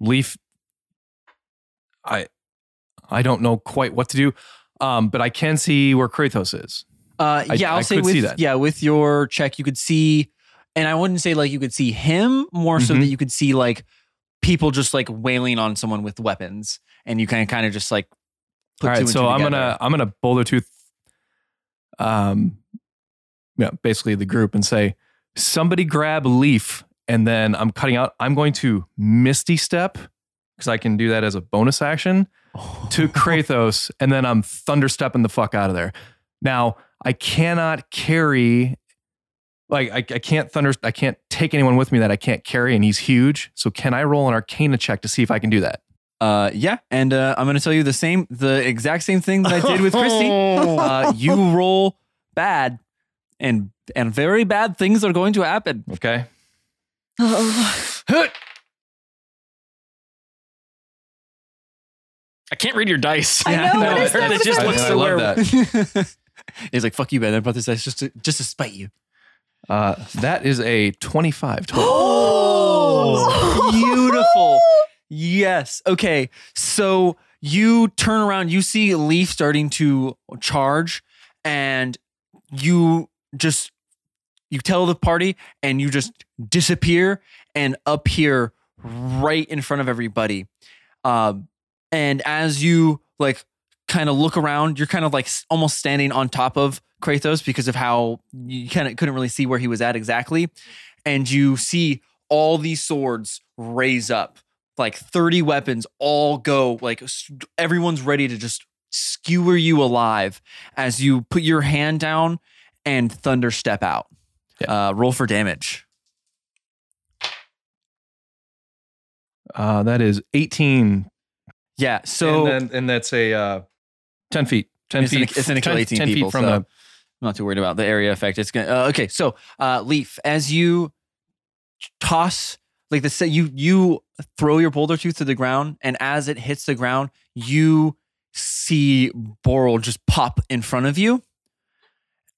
Leaf I I don't know quite what to do. Um, but I can see where Kratos is.
Uh,
I-
yeah, I'll
I
say
could
with
see that.
yeah with your check, you could see, and I wouldn't say like you could see him more so
Mhm.
that you could see like people just like wailing on someone with weapons, and you can kind of just like put
All
two
right,
and
so
two
I'm
together.
gonna I'm gonna boulder tooth um yeah, basically the group and say, somebody grab Leaf, and then I'm cutting out. I'm going to misty step, because I can do that as a bonus action. to Kratos, and then I'm thunderstepping the fuck out of there. Now I cannot carry, like I, I can't thunder, I can't take anyone with me that I can't carry, and he's huge. So can I roll an Arcana check to see if I can do that?
Uh, yeah, and uh, I'm gonna tell you the same, the exact same thing that I did with Christy. Uh, you roll bad, and and very bad things are going to happen.
Okay,
I can't read your dice.
I know,
what is
it
that?
just
I,
looks
I
so weird.
love that.
He's like, "Fuck you, man! I brought this dice just to, just to spite you."
Uh, that is a 25 total.
Oh, beautiful. Yes. Okay. So you turn around, you see Leaf starting to charge, and you just you tell the party and you just disappear and appear right in front of everybody. Um, and as you like kind of look around, you're kind of like s- almost standing on top of Kratos because of how you kind of couldn't really see where he was at exactly. And you see all these swords raise up, like 30 weapons all go, like s- everyone's ready to just skewer you alive as you put your hand down and thunder step out. Uh, roll for damage.
Uh, that is 18.
Yeah. So
and, then, and that's a uh, 10 feet. 10
It's an-
feet.
it's an
10,
18
10 feet
people,
from
so-
the
I'm not too worried about the area effect. It's gonna uh, okay. So uh, leaf as you toss like the say you you throw your boulder tooth to the ground, and as it hits the ground, you see Boral just pop in front of you,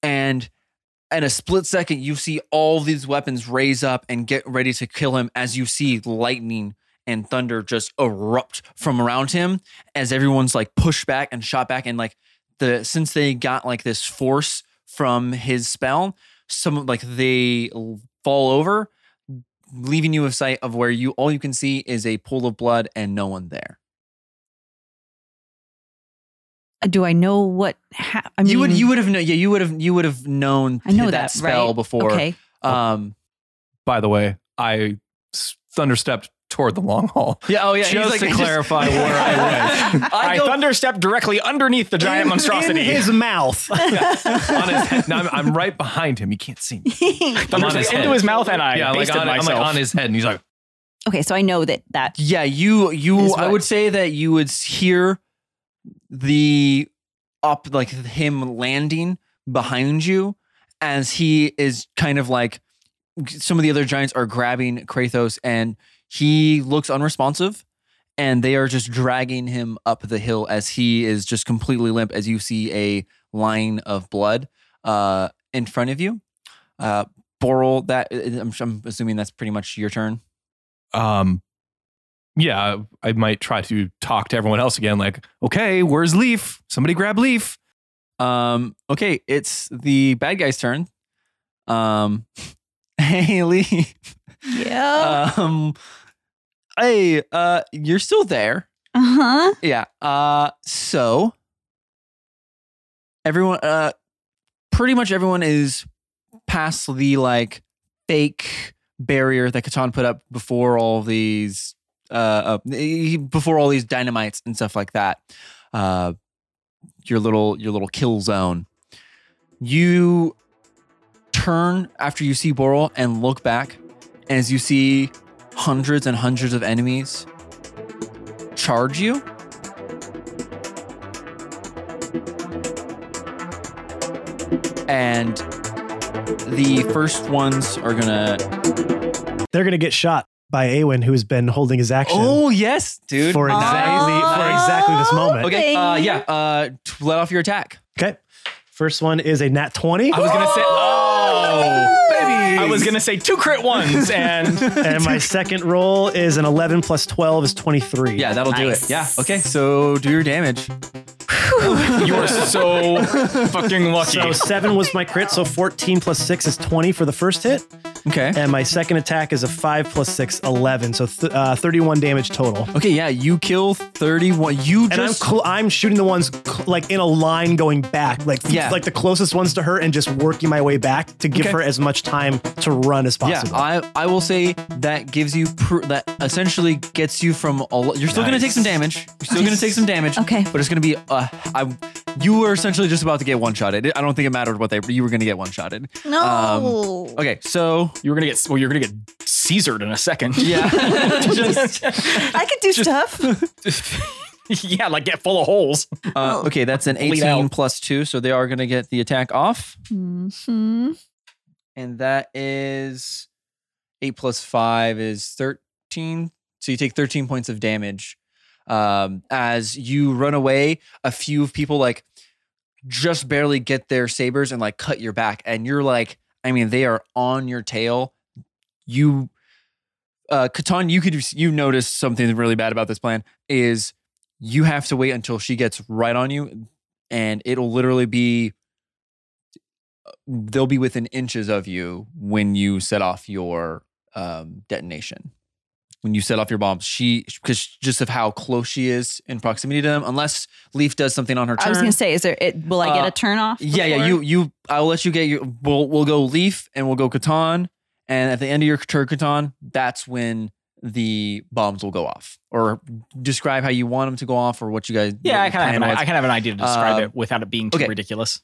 and in a split second, you see all these weapons raise up and get ready to kill him. As you see lightning and thunder just erupt from around him, as everyone's like pushed back and shot back, and like the since they got like this force from his spell, some like they l- fall over, leaving you of sight of where you all you can see is a pool of blood and no one there.
Do I know what? Ha- I mean,
you would you would have known yeah you would have you would have known
I know
that,
that,
spell
right?
before.
Okay.
Um.
by the way, I s- thunderstepped toward the long haul.
Yeah. Oh yeah. he's
just
like-
to clarify where I went.
I,
go-
thunderstepped directly underneath the giant
In-
monstrosity.
in his mouth.
on his head. No, I'm, I'm right behind him. You can't see me.
Thunderstepped
on his
into
head.
his mouth, and I
yeah, like
basted
on, I'm
myself.
like on his head, and he's like,
okay, so I know that that.
Yeah, you you
Is
I
what?
would say that you would hear the up like him landing behind you as he is kind of like some of the other giants are grabbing Kratos and he looks unresponsive and they are just dragging him up the hill as he is just completely limp as you see a line of blood uh in front of you. Uh Boral, that uh, I'm, I'm assuming that's pretty much your turn.
um, yeah, I might try to talk to everyone else again. Like, okay, where's Leaf? Somebody grab Leaf.
Um, okay, it's the bad guy's turn. Um, hey Lee.
Yeah.
Um, hey, uh, you're still there.
Uh huh.
Yeah. Uh, so everyone, uh, pretty much everyone is past the like fake barrier that Catan put up before all these, uh, uh, before all these dynamites and stuff like that. Uh, your little your little kill zone. You turn after you see Boral and look back as you see hundreds and hundreds of enemies charge you. And The first ones are gonna.
They're gonna get shot by Awen, who's been holding his action
Oh yes, dude.
for exactly for exactly this moment. Okay.
Okay. Uh, yeah. Uh, t- let off your attack.
First one is a nat twenty,
I was gonna say, oh, baby. I was gonna say two crit ones, and
and my second roll is an eleven plus twelve is twenty three.
Yeah, that'll do it. Yeah. Okay. So do your damage.
you are so fucking lucky.
So seven was my crit, so fourteen plus six is twenty for the first hit,
Okay.
and my second attack is a five plus six, 11, so th- uh, thirty-one damage total.
Okay. Yeah. You kill thirty-one. You
And I'm
just.
cl- I'm shooting the ones cl- like in a line going back, like
Yeah.
like the closest ones to her, and just working my way back to give
Okay.
her as much time to run as
Yeah,
possible.
I, I will say that gives you pr- that essentially gets you from a lo- you're still gonna take some damage. You're still gonna take some damage.
Okay.
but it's gonna be uh, I you were essentially just about to get one shotted. I don't think it mattered what they you were gonna get one shotted.
No.
Okay, so
you were gonna get well, you're gonna get Caesared in a second.
yeah,
Just-
I could do stuff.
yeah, like get full of holes.
uh, okay, that's an
Bleed
eighteen
out.
plus two, so they are gonna get the attack off,
hmm
and that is eight plus five is thirteen. So you take thirteen points of damage um, as you run away. A few people like just barely get their sabers and like cut your back, and you're like, I mean, they are on your tail. You, uh, Catan, you could you notice something really bad about this plan is you have to wait until she gets right on you, and it'll literally be uh, they'll be within inches of you when you set off your um, detonation. When you set off your bombs, she because just of how close she is in proximity to them, unless Leaf does something on her turn.
I was gonna say, is there? It, will I get
Uh,
a turn off?
Yeah, yeah.
before?
You, you. I'll let you get your. We'll, we'll go Leaf and we'll go Catan, and at the end of your turn, Catan, that's when the bombs will go off. Or describe how you want them to go off, or what you guys.
Yeah,
what
I
your
kind of have an,
plan
I
was.
kind of have an idea to describe
Um,
it without it being too
okay.
ridiculous.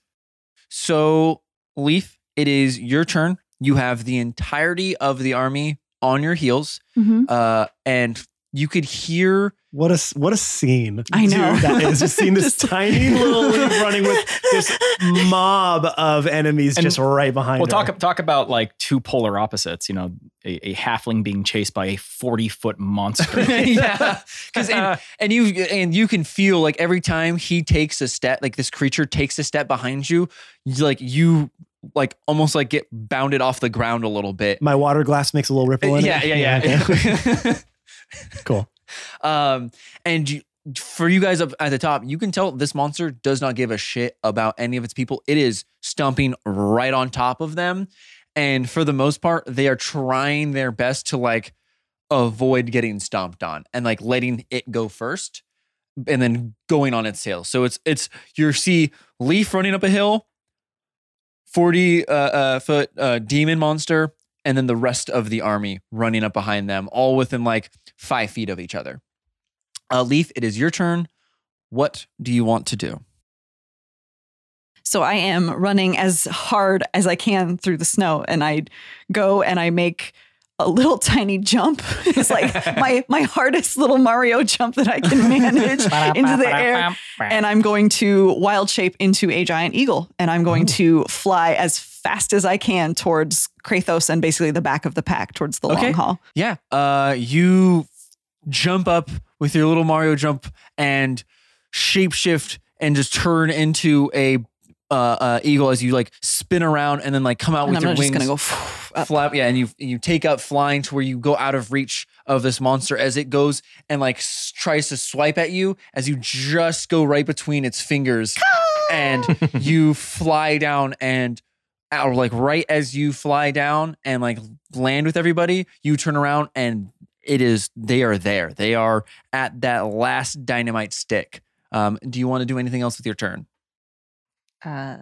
So, Leaf, it is your turn. You have the entirety of the army on your heels,
Mhm.
uh, and you could hear
What a s- what a scene!
I know.
Dude, that is just seeing this tiny little leaf running with this mob of enemies
And
just right behind.
Well,
her.
talk talk about like two polar opposites. You know, a, a halfling being chased by a forty foot monster.
yeah, because and, and you and you can feel like every time he takes a step, like this creature takes a step behind you, you like you like almost like get bounded off the ground a little bit.
My water glass makes a little ripple in
Yeah,
it.
yeah, yeah.
okay. cool.
um, and you, for you guys up at the top, you can tell this monster does not give a shit about any of its people. It is stomping right on top of them, and for the most part, they are trying their best to like avoid getting stomped on and like letting it go first, and then going on its tail. So it's it's you see Leaf running up a hill, forty uh, uh, foot uh, demon monster. And then the rest of the army running up behind them, all within like five feet of each other. Uh, Leaf, it is your turn. What do you want to do?
So I am running as hard as I can through the snow, and I go and I make a little tiny jump. It's like my my hardest little Mario jump that I can manage into the air. And I'm going to wild shape into a giant eagle, and I'm going to fly as fast as I can towards Krathos and basically the back of the pack towards the
Okay.
long haul.
Yeah, uh, you jump up with your little Mario jump and shapeshift and just turn into a uh, uh, eagle as you like spin around and then like come out
And
with
I'm
your
not
wings.
just gonna go f- up.
flap yeah and you you take up flying to where you go out of reach of this monster as it goes and like s- tries to swipe at you as you just go right between its fingers and you fly down and or like right as you fly down and like land with everybody you turn around and it is they are there they are at that last dynamite stick um, do you want to do anything else with your turn
Uh,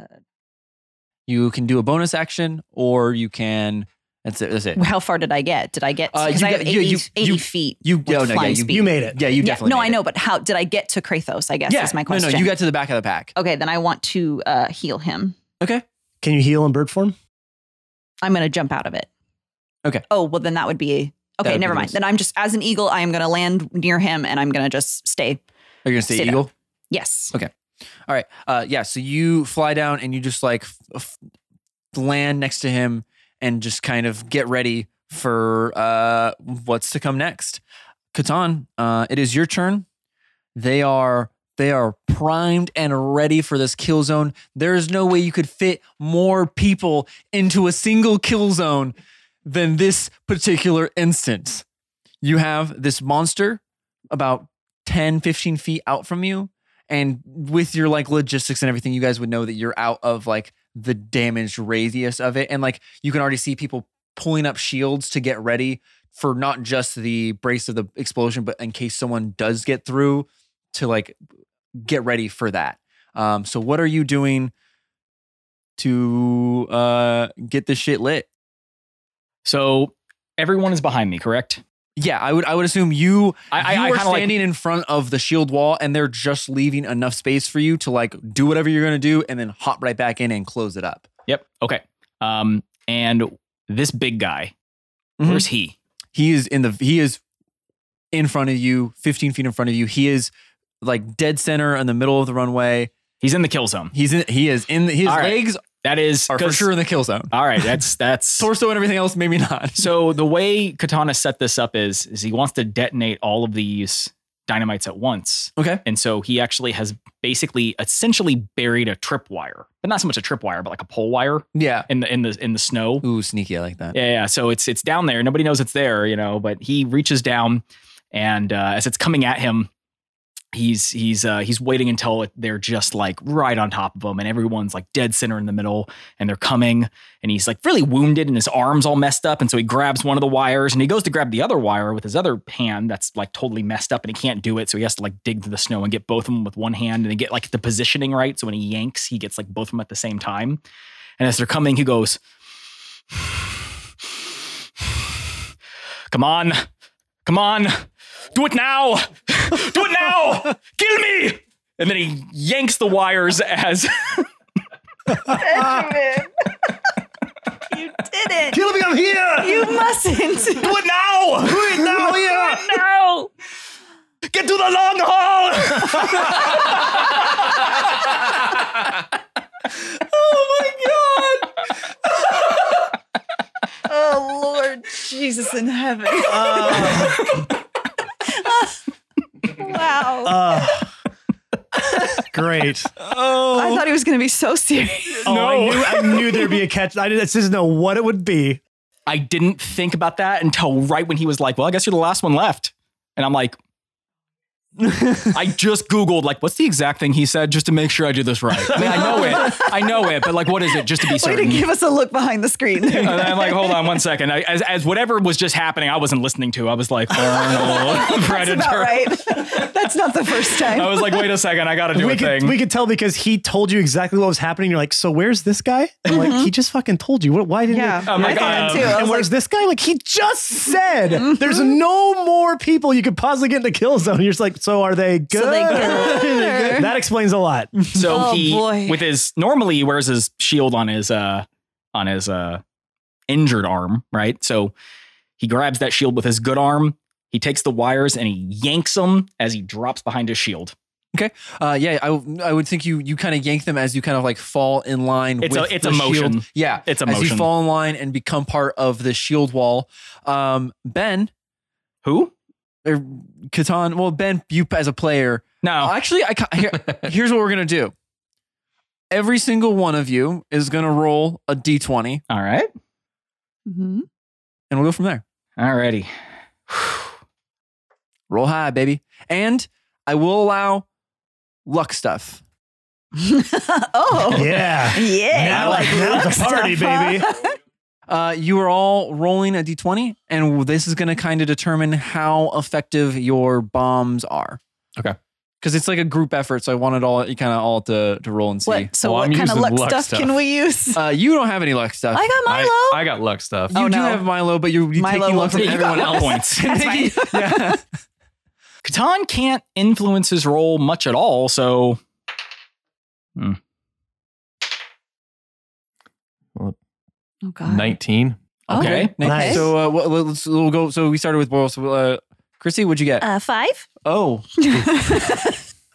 you can do a bonus action or you can that's it that's it
how far did I get? Did I get?
Uh,
Because
you
I
got-
have
you-
80,
you-
80
you-
feet.
you oh,
with
no, no, yeah,
flying
you,
speed.
You made it.
Yeah, you
Yeah,
definitely.
no,
made
I
it.
know, but how did I get to Krathos? I guess
Yeah,
is my
no,
question.
no, you got to the back of the pack.
okay, then I want to uh, heal him.
Okay.
Can you heal in bird form?
I'm going to jump out of it.
Okay.
Oh well, then that would be
That
okay.
would
Never
be
mind.
nice.
Then I'm just as an eagle. I am going to land near him, and I'm going to just stay.
Are you gonna say
Sit
eagle?
Yes.
All right. Uh, yeah. So you fly down and you just like f- f- land next to him and just kind of get ready for uh, what's to come next. Catan, uh, it is your turn. They are they are primed and ready for this kill zone. There is no way you could fit more people into a single kill zone than this particular instance. You have this monster about 10, 15 feet out from you. And with your like logistics and everything, you guys would know that you're out of like the damaged radius of it. And like you can already see people pulling up shields to get ready for not just the brace of the explosion, but in case someone does get through to like get ready for that. Um, so what are you doing to uh get this shit lit?
So everyone is behind me, correct?
Yeah, I would I would assume you
I,
you
I, I
are
kind of like
standing in front of the shield wall and they're just leaving enough space for you to like do whatever you're gonna do and then hop right back in and close it up.
Yep. Okay. Um, and this big guy,
Mhm.
where's he?
He is in the he is in front of you, 15 feet in front of you. He is like dead center in the middle of the runway.
He's in the kill zone.
He's in he is in his
All right.
legs
That is
are for
'cause-
sure in the kill zone.
All right. That's that's
Torso and everything else, maybe not.
so the way Katana set this up is is he wants to detonate all of these dynamites at once.
Okay.
And so he actually has basically essentially buried a tripwire, but not so much a tripwire, but like a pole wire
Yeah.
in the in the in the snow.
Ooh, sneaky. I like that.
Yeah, yeah. So it's it's down there. Nobody knows it's there, you know. But he reaches down, and uh, as it's coming at him, he's he's uh, he's waiting until it, they're just like right on top of him, and everyone's like dead center in the middle, and they're coming, and he's like really wounded, and his arms all messed up, and so he grabs one of the wires, and he goes to grab the other wire with his other hand that's like totally messed up, and he can't do it, so he has to like dig through the snow and get both of them with one hand, and they get like the positioning right, so when he yanks, he gets like both of them at the same time, and as they're coming, he goes. Come on. Come on. Do it now. Do it now. Kill me. And then he yanks the wires as
Benjamin. you didn't.
Kill me, I'm here!
You mustn't.
do it now.
Do it now, yeah!
no.
Get to the long haul.
Oh Lord Jesus in heaven.
Uh,
Oh.
Wow.
uh.
Ah.
Great.
Oh.
I thought he was gonna be so serious.
Oh, I knew, I knew there'd be a catch. I didn't, I just didn't know what it would be.
I didn't think about that until right when he was like, "Well, I guess you're the last one left." And I'm like I just googled like what's the exact thing he said just to make sure I do this right. I mean, I know it. I know it, but like what is it just to be
Way to
certain?
give us a look behind the screen.
And I'm like, hold on one second. I, as, as whatever was just happening, I wasn't listening to. I was like, Arnold
That's
Predator.
about right. That's not the first time.
I was like, wait a second, I gotta do
we
a
could
thing.
we could tell because he told you exactly what was happening. You're like, so where's this guy? I'm like, he just fucking told you. What? Why didn't?
Mm-hmm. Yeah.
You?
Oh my
I thought
God.
it too. I
uh, and
was
where's this guy? Like he just said, there's
Mm-hmm.
no more people you could possibly get in the kill zone. You're just like, so are they good?
So they good?
that explains a lot.
So
Oh,
he
boy.
with his normally he wears his shield on his uh on his uh injured arm, right? So he grabs that shield with his good arm. He takes the wires and he yanks them as he drops behind his shield.
Uh, yeah, I, w- I would think you you kind of yank them as you kind of like fall in line.
It's
with
a- it's
the
a motion.
shield. Yeah,
It's a
as you
motion.
fall in line and become part of the shield wall. Um, Ben
Who?
or Catan. Well, Ben, you as a player.
No.
Actually, I ca- here, here's what we're gonna do. Every single one of you is gonna roll a d20,
All right.
Mhm.
and we'll go from there.
Alrighty.
roll high, baby. And I will allow luck stuff.
oh.
Yeah.
Yeah.
Now- now's the
luck
party, baby.
huh?
Uh, you are all rolling a d20, and this is going to kind of determine how effective your bombs are.
Okay.
Because it's like a group effort, so I wanted all you kind of all to to roll and see.
What? So
Well,
what
I'm
kind of
using
luck,
luck
stuff,
stuff.
can we use?
Uh, you don't have any luck stuff.
I got Milo.
I, I got luck stuff.
you
Oh,
do
no.
have Milo, but you're, you're
Milo
taking luck
won't
from
take
everyone
luck.
All
else.
points.
That's fine.
yeah.
Catan can't influence his role much at all, so
Oh God.
Nineteen.
Okay.
Okay.
Nice.
So uh, well, let's we'll go. So we started with Boyle. So uh, Chrissy, what'd you get?
Uh, five.
oh,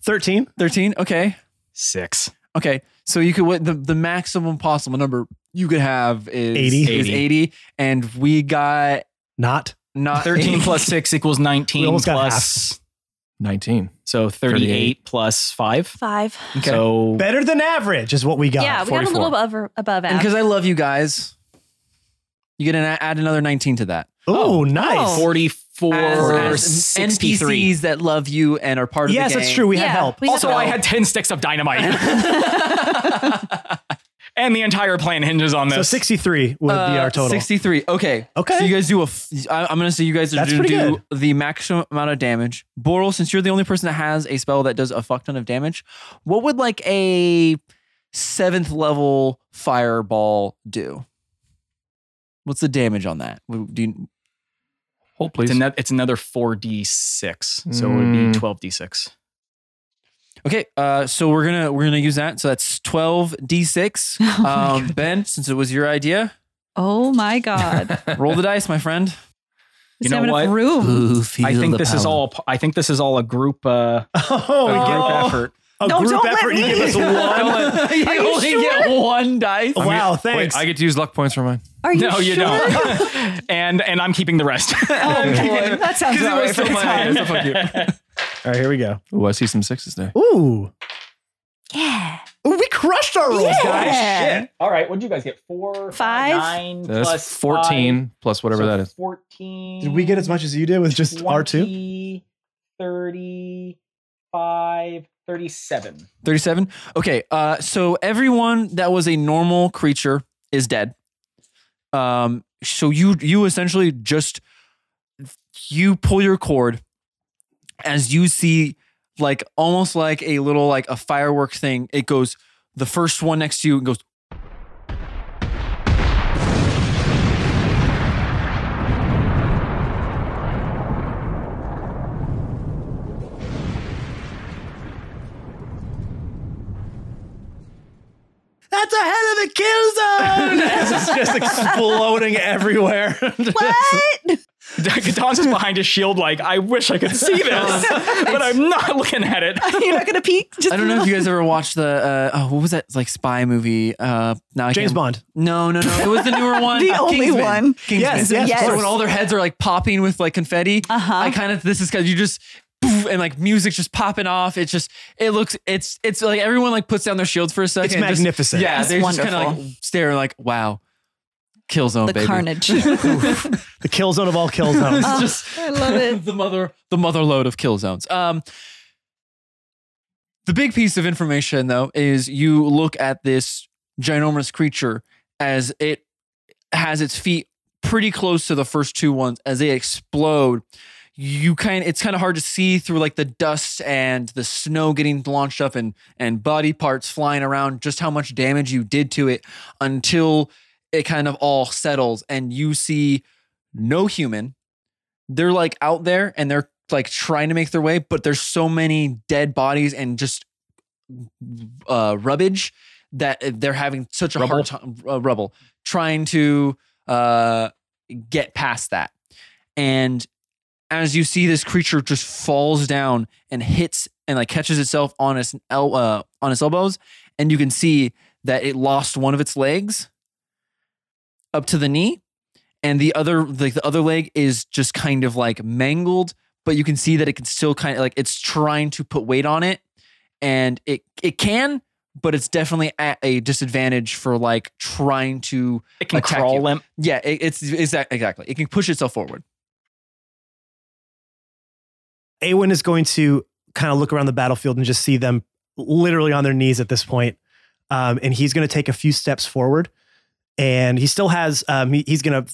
Thirteen.
13? Okay.
six.
Okay, so you could what the the maximum possible number you could have is
80.
is
80.
80 and we got
Not
not
13
80.
plus 6 equals 19
Uh, We almost got
plus-
19.
so 38,
38.
plus 5
Five.
so
better than average is what we got.
yeah, we got a little above above
And because
average.
I love you guys, you get an add another 19 to that.
Ooh, nice.
Oh.
44
As
63
NPCs that love you and are part of
Yes,
the game.
that's true. We had
Yeah,
help.
we got
also
help.
i had 10 sticks of dynamite and the entire plan hinges on
So
this
63 would be
Uh,
our total.
63. Okay.
Okay.
So you guys do a. F- I, I'm going to say you guys are
That's
going to
pretty
do
good.
the maximum amount of damage. Boral, since you're the only person that has a spell that does a fuck ton of damage, what would like a seventh level fireball do? What's the damage on that? Would- Do you,
Hold
it's,
please.
ano- it's another 4d6 so it would be
Mm.
12d6
okay. Uh, so we're gonna we're gonna use that. So that's 12 d6.
Oh my
Um,
God.
ben, since it was your idea,
oh my god,
roll the dice, my friend.
You
Doesn't
know
have enough
what?
room.
i think this is all p- i think this is all a group uh
Oh,
a
we get
group
a-
effort
a
No,
group
Oh, don't let
effort. you
me.
give us one.
you, only get one dice.
wow,
Wait,
thanks.
I get to use luck points for mine.
Are you
no
sure? Oh,
you don't and and i'm keeping the rest
that sounds
it
about right
was so
for the
mine.
time.
So fuck you.
All right, here we go.
Ooh, I see some sixes there.
Ooh.
Yeah.
Ooh, we crushed our rolls,
Yeah.
guys. Shit.
all right what'd you guys get four
Five?
nine
That's
plus
14
five,
plus whatever
so
that is.
14
Did we get as much as you did with just R2?
20, 35, 37.
37 okay uh so everyone that was a normal creature is dead um so you you essentially just you pull your cord as you see like almost like a little like a firework thing it goes the first one next to you goes
That's a hell of a kill zone. this is just exploding everywhere.
What?
Gatan's is behind his shield, like, I wish I could see this, but I'm not looking at it.
You're not gonna peek? Just
i don't know if you guys ever watched the uh oh what was that like spy movie uh now I
James
can't-
Bond.
no no no it was the newer one
The only
Kingsman.
one.
Kingsman.
Yes, yes,
Yes.
of
So
course.
when all their heads are like popping with like confetti,
Uh-huh.
I kind of this is because you just poof, and like music's just popping off. It's just it looks it's it's like everyone like puts down their shields for a second.
It's
and just-
magnificent.
yeah,
It's
they're just kind of
wonderful.
like staring like wow, kill zone
the
baby.
carnage.
the kill zone of all kill zones.
Oh,
just-
I love it.
the mother the mother load of kill zones. Um, the big piece of information though is you look at this ginormous creature as it has its feet pretty close to the first two ones as they explode. You kind it's kind of hard to see through like the dust and the snow getting launched up and and body parts flying around just how much damage you did to it until it kind of all settles and you see no human they're like out there and they're like trying to make their way, but there's so many dead bodies and just uh, rubbish that uh, they're having such a hard time, uh, rubble, trying to uh, get past that. And as you see, this creature just falls down and hits and like catches itself on its el- uh, on its elbows, and you can see that it lost one of its legs up to the knee and the other like the other leg is just kind of like mangled but you can see that it can still kind of like it's trying to put weight on it and it it can but it's definitely at a disadvantage for like trying to
It can
Attack
crawl
you.
limp.
yeah it, it's exact, exactly it can push itself forward
Awen is going to kind of look around the battlefield and just see them literally on their knees at this point. Um, and he's going to take a few steps forward. And he still has, um, he- he's going to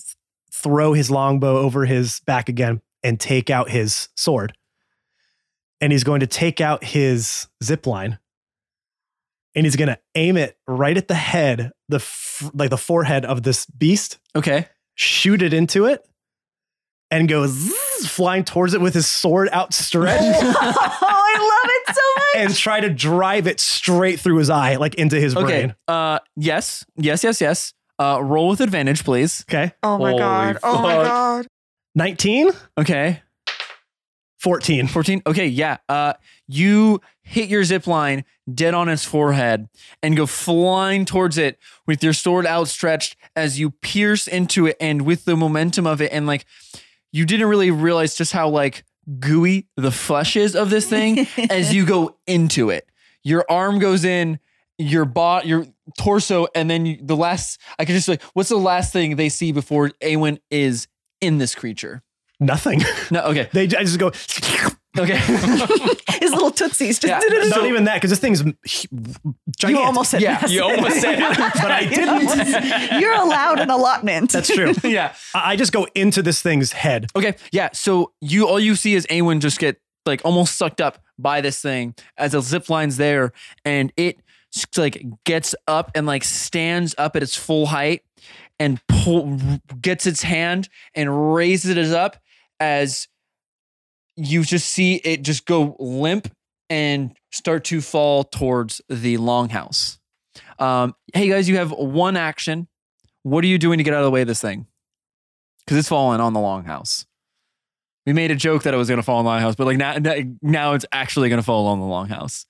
throw his longbow over his back again and take out his sword. And he's going to take out his zip line. And he's going to aim it right at the head, the f- like the forehead of this beast
okay
shoot it into it and goes zzz, flying towards it with his sword outstretched
I love it so much.
and try to drive it straight through his eye, like into his
okay
brain.
uh yes yes yes yes uh roll with advantage please
Okay.
Oh my
Holy
god. Oh my
fuck.
god.
19.
okay
14.
14 okay yeah uh you hit your zip line dead on its forehead and go flying towards it with your sword outstretched as you pierce into it and with the momentum of it and like you didn't really realize just how like gooey the flesh is of this thing as you go into it your arm goes in your bot your torso and then you, the last i could just like what's the last thing they see before Awen is in this creature
Nothing.
no okay
They I just go,
okay
His little tootsies. Just
Yeah.
not even that, because this thing's h- gigantic.
you almost said
Yeah,
yes.
you almost said it.
but I didn't.
You're allowed an allotment.
That's true.
yeah
I I just go into this thing's head.
Okay, yeah. So you all you see is Awen just get like almost sucked up by this thing as the zip line's there, and it s- like gets up and like stands up at its full height and pull gets its hand and raises it up as you just see it just go limp and start to fall towards the longhouse. Um, hey guys, you have one action. What are you doing to get out of the way of this thing? because it's fallen on the longhouse. We made a joke that it was going to fall on the longhouse, but like now, now it's actually going to fall on the longhouse.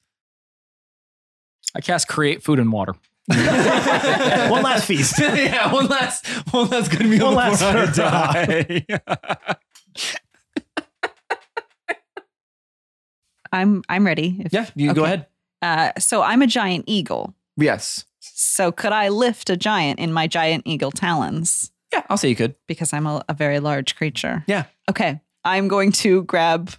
I cast create food and water.
One last feast.
yeah, one last, one last good meal
One last
before I
hurrah.
die.
I'm I'm ready. If,
yeah, you go
Okay.
ahead.
Uh, so I'm a giant eagle.
Yes.
So could I lift a giant in my giant eagle talons?
Yeah, I'll say you could.
Because I'm a, a very large creature.
Yeah.
Okay. I'm going to grab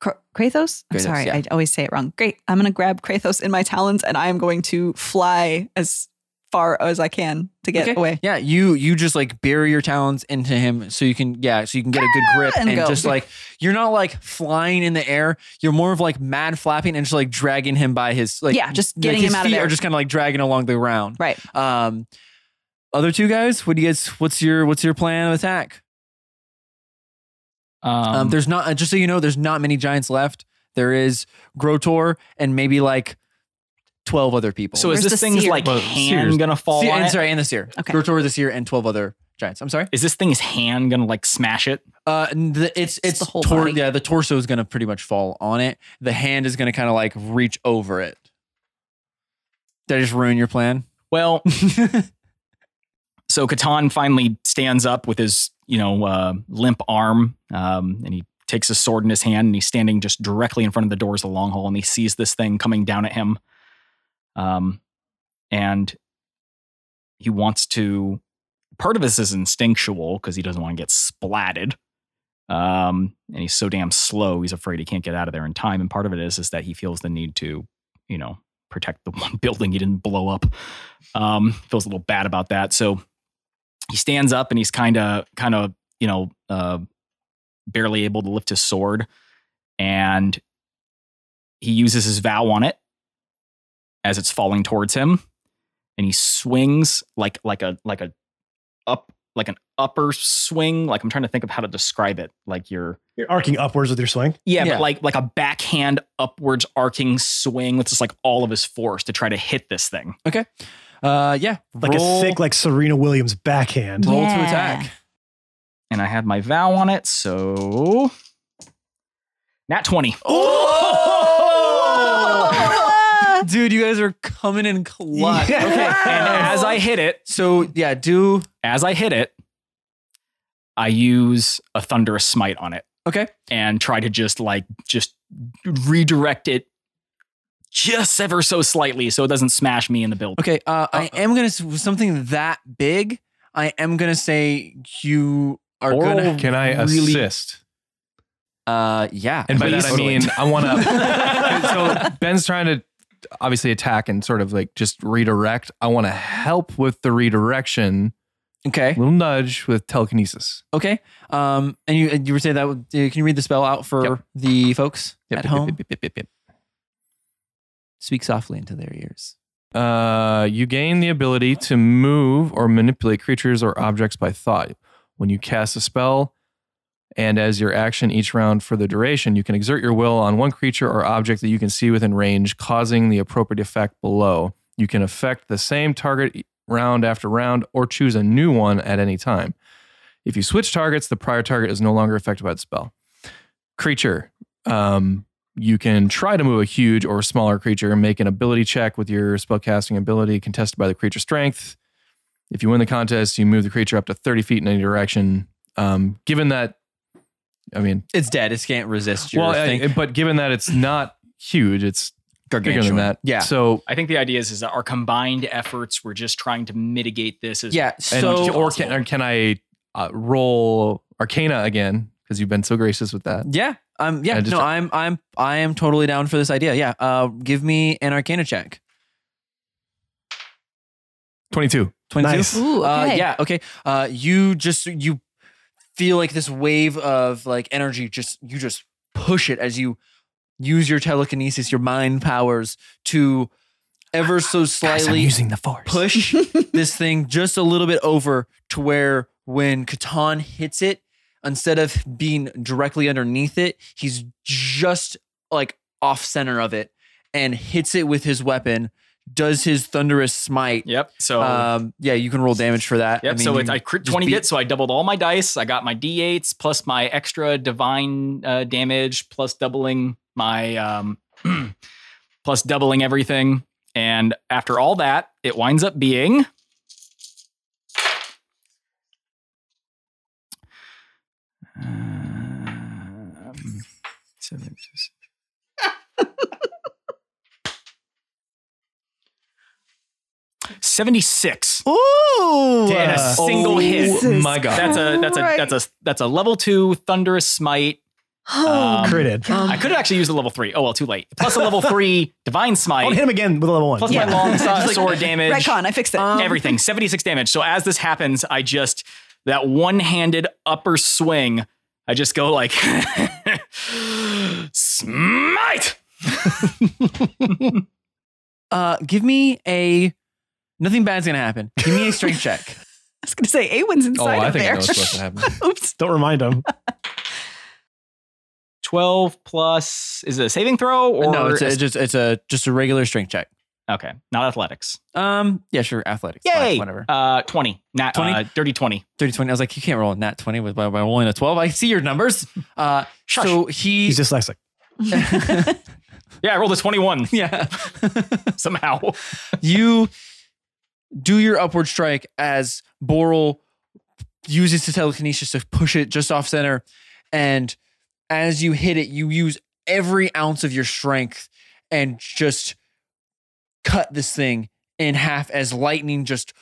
Kr- Krathos. I'm
Kratos,
sorry,
yeah.
I always say it wrong. Great. I'm going to grab Krathos in my talons, and I am going to fly as far as I can to get
Okay.
away.
Yeah, you you just like bury your talons into him so you can yeah so you can get a good grip
and
and,
go.
just like you're not like flying in the air. You're more of like mad flapping and just like dragging him by his like
Yeah, just
like,
getting
his
him out of
feet
there.
Are just kind of like dragging along the ground.
Right.
Um, other two guys, what do you guys? What's your what's your plan of attack?
Um,
Um,
there's
there's not uh, just so you know, there's not many giants left. There is Grotor and maybe like twelve other people.
so
Where's
is
the
this thing's
seer?
like
Well,
hand
seer's-
gonna fall
See,
on
and
it?
sorry, and this year,
Okay.
Grotor this year and twelve other giants. I'm sorry.
Is this thing's hand gonna like smash it?
Uh, n- the, it's it's
the whole
tor-
body.
yeah. The torso is gonna pretty much fall on it. The hand is gonna kind of like reach over it. Did I just ruin your plan?
Well, so Catan finally stands up with his, you know, uh, limp arm, um, and he takes his sword in his hand, and he's standing just directly in front of the doors of the long hall, and he sees this thing coming down at him, um, and he wants to. Part of this is instinctual because he doesn't want to get splatted, um, and he's so damn slow, he's afraid he can't get out of there in time. And part of it is is that he feels the need to, you know, protect the one building he didn't blow up. Um, feels a little bad about that. So he stands up and he's kind of, kind of, you know, uh, barely able to lift his sword, and he uses his vow on it as it's falling towards him, and he swings like like a like a up like an upper swing. Like I'm trying to think of how to describe it. Like you're
You're arcing upwards with your swing.
yeah,
Yeah.
but like like a backhand upwards arcing swing with just like all of his force to try to hit this thing.
Uh, yeah.
Like
roll,
a thick, like Serena Williams backhand.
roll to
Yeah.
attack.
and I had my vow on it, so nat twenty.
Dude, you guys are coming in clutch.
Yeah.
Okay.
And as I hit it,
So yeah, do
as I hit it, I use a thunderous smite on it
okay.
and try to just like just redirect it just ever so slightly so it doesn't smash me in the building.
Okay, uh, I am gonna s- with something that big. I am gonna say you are gonna.
Oh, Can I
really-
assist?
Uh, yeah.
And by that I
Please.
mean I want to. so Ben's trying to obviously attack and sort of like just redirect. I want to help with the redirection.
Okay.
Little nudge with telekinesis.
Okay. Um, and you and you were saying that. would- uh, Can you read the spell out for
Yep.
the folks
Yep,
at
yep,
home?
yep, yep, yep, yep,
Speak softly into their ears.
yep. Uh, you gain the ability to move or manipulate creatures or objects by thought. When you cast a spell, and as your action each round for the duration, you can exert your will on one creature or object that you can see within range, causing the appropriate effect below. You can affect the same target e, round after round or choose a new one at any time. If you switch targets, the prior target is no longer affected by the spell. creature. Um, you can try to move a huge or smaller creature, make an ability check with your spellcasting ability contested by the creature's strength. If you win the contest, you move the creature up to 30 feet in any direction. Um, given that, I mean,
It's dead. It can't resist your
well, I-
thing.
but given that it's not huge, it's bigger than that.
Yeah.
So,
I think the idea is, is that our combined efforts, we're just trying to mitigate this as
yeah.
and,
So
or, can, or can I uh, roll Arcana again? Because you've been so gracious with that.
yeah. Um. Yeah.
I just-
no. I'm. I'm. I am totally down for this idea. Yeah. Uh. Give me an Arcana check.
22.
Twenty-two.
Nice.
Ooh,
Uh,
okay.
yeah. Okay. Uh, you just you feel like this wave of like energy. Just you just push it as you use your telekinesis, your mind powers to ever so slightly
the force.
push this thing just a little bit over to where when Catan hits it, instead of being directly underneath it, he's just like off center of it and hits it with his weapon. Does his thunderous smite.
Yep. So
Um, yeah, you can roll damage for that.
Yep. so
you
it, I crit
just
20
beat-
hits, so I doubled all my dice. I got my d8s plus my extra divine uh, damage plus doubling my um, plus doubling everything. And after all that, it winds up being um, seven, seventy-six.
Ooh,
in a
uh,
single
Oh
hit.
my God.
That's a that's a that's a that's a level two thunderous smite.
Oh,
Um,
critted.
I could have actually used a level three. Oh well, too late. Plus a level three divine
I'll hit
smite.
him again with a level one.
Plus
Yeah.
my long
Just
sword,
like-
sword damage.
retcon, Oh. I fixed it.
um,
Everything seventy six damage. So as this happens, I just that one handed upper swing. I just go like smite.
Uh, give me a. Nothing bad's gonna happen. Give me a strength check.
I was going to say, Awen's
Oh,
inside
I
of
think I
there.
know what's supposed to happen.
Oops.
Don't remind him.
Twelve plus is it a saving throw or
no, it's, a, it's just it's a just a regular strength check.
okay, not athletics.
Um, yeah, sure, athletics. fine,
Yay,
whatever.
Uh, twenty, not
20?
Uh, dirty twenty.
30, 20. I was like, you can't roll a nat twenty with by, by rolling a twelve. I see your numbers. Uh, so he.
He's dyslexic.
Yeah, I rolled a twenty-one
yeah.
somehow.
you do your upward strike as Boral uses the telekinesis to push it just off center. And as you hit it, you use every ounce of your strength and just cut this thing in half as lightning just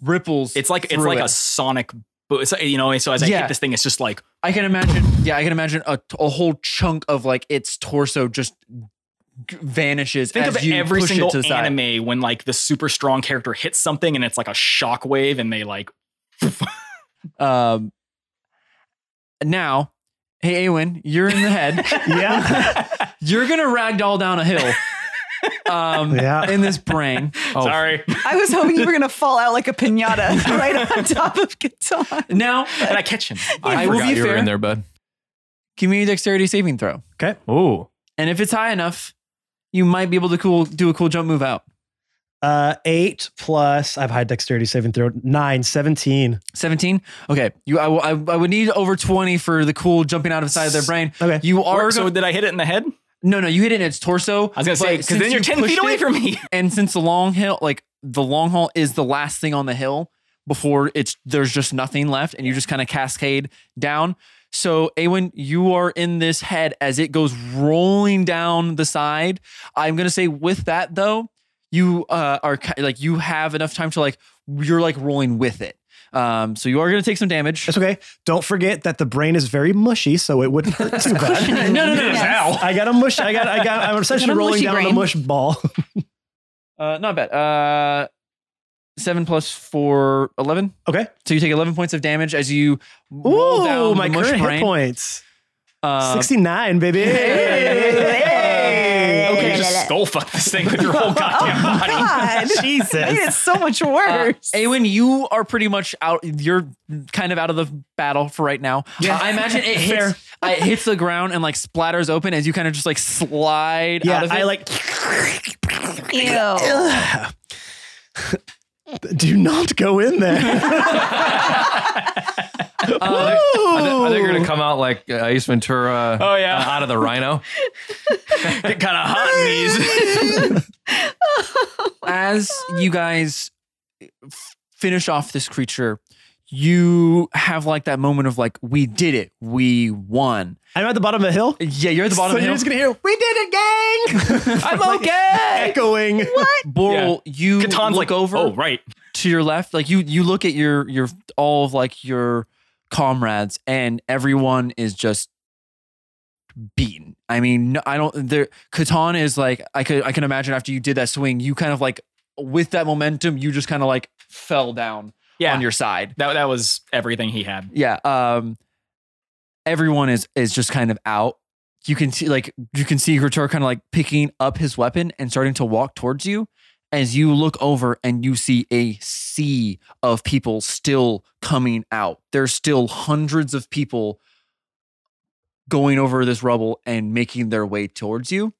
ripples.
It's like it's
through
like
it.
a sonic. bo- It's you know, so as I
Yeah.
hit this thing, it's just like
I can imagine. Yeah, I can imagine a, a whole chunk of like its torso just g- vanishes.
think
as
of
you
every
push
single
it to the side.
anime when like the super strong character hits something and it's like a shockwave and they like
Um, now, hey, Awen, you're in the head.
Yeah.
You're gonna ragdoll down a hill. Um,
Yeah.
in this brain.
Oh,
sorry.
I was hoping you were going to fall out like a pinata right on top of Catan.
Now,
and I catch him.
I
I
will
forgot
be
you were
fair.
in there, bud.
give me a dexterity saving throw,
Oh,
and if it's high enough, you might be able to cool do a cool jump move out.
Uh, eight plus, I have high dexterity saving throw. Nine, 17.
17 okay you I, will- I, I would need over 20 for the cool jumping out of the side of their brain
Okay.
you are
Or, so
gonna-
did I hit it in the head?
no no you hit it in its torso
I was gonna say
but
because then
since
you're
you
ten feet
pushed
away
it-
from me.
and since the long hill like the long haul is the last thing on the hill before it's there's just nothing left and you just kind of cascade down so Awen, you are in this head as it goes rolling down the side i'm gonna say with that though you uh, are ki- like you have enough time to like you're like rolling with it um so you are gonna take some damage
That's okay. Don't forget that the brain is very mushy, so it wouldn't hurt too bad.
no, no, no,
I got a mush. I got, I got, I'm essentially
Got a
rolling
mushy
down a
brain.
mush ball.
uh not bad uh Seven plus four, 11.
Okay.
So you take 11 points of damage as you roll
Ooh,
down
my
the mush
current hit
brain.
points.
Uh,
69, baby.
Hey.
Okay, just skull fuck this thing with your whole goddamn body.
Oh, God.
Jesus.
Made it so much
uh,
worse.
Awen, you are pretty much out. You're kind of out of the battle for right now. Uh, I imagine it hits, uh, it hits the ground and like splatters open as you kind of just like slide out
Yeah,
of it.
I like.
Ew.
Do not go in there.
Uh,
I think, I think you're gonna come out like uh, Ace Ventura.
Oh, yeah.
uh, out of the rhino.
Get kind of hot in these.
as you guys f- finish off this creature, you have like that moment of like, we did it, we won.
I'm at the bottom of a hill.
Yeah, you're at the bottom. of
so
the hill.
you're just gonna hear we did it, gang.
I'm okay.
Echoing.
Boral, you
Katan's like,
look over
oh, right.
to your left. Like you, you look at your your all of like your comrades, and everyone is just beaten. I mean, no, I don't. There, Catan is like I could I can imagine after you did that swing, you kind of like with that momentum, you just kind of like fell down
Yeah.
on your side.
that, that was everything he had.
yeah um everyone is is just kind of out you can see like you can see Grator kind of like picking up his weapon and starting to walk towards you as you look over and you see a sea of people still coming out there's still hundreds of people going over this rubble and making their way towards you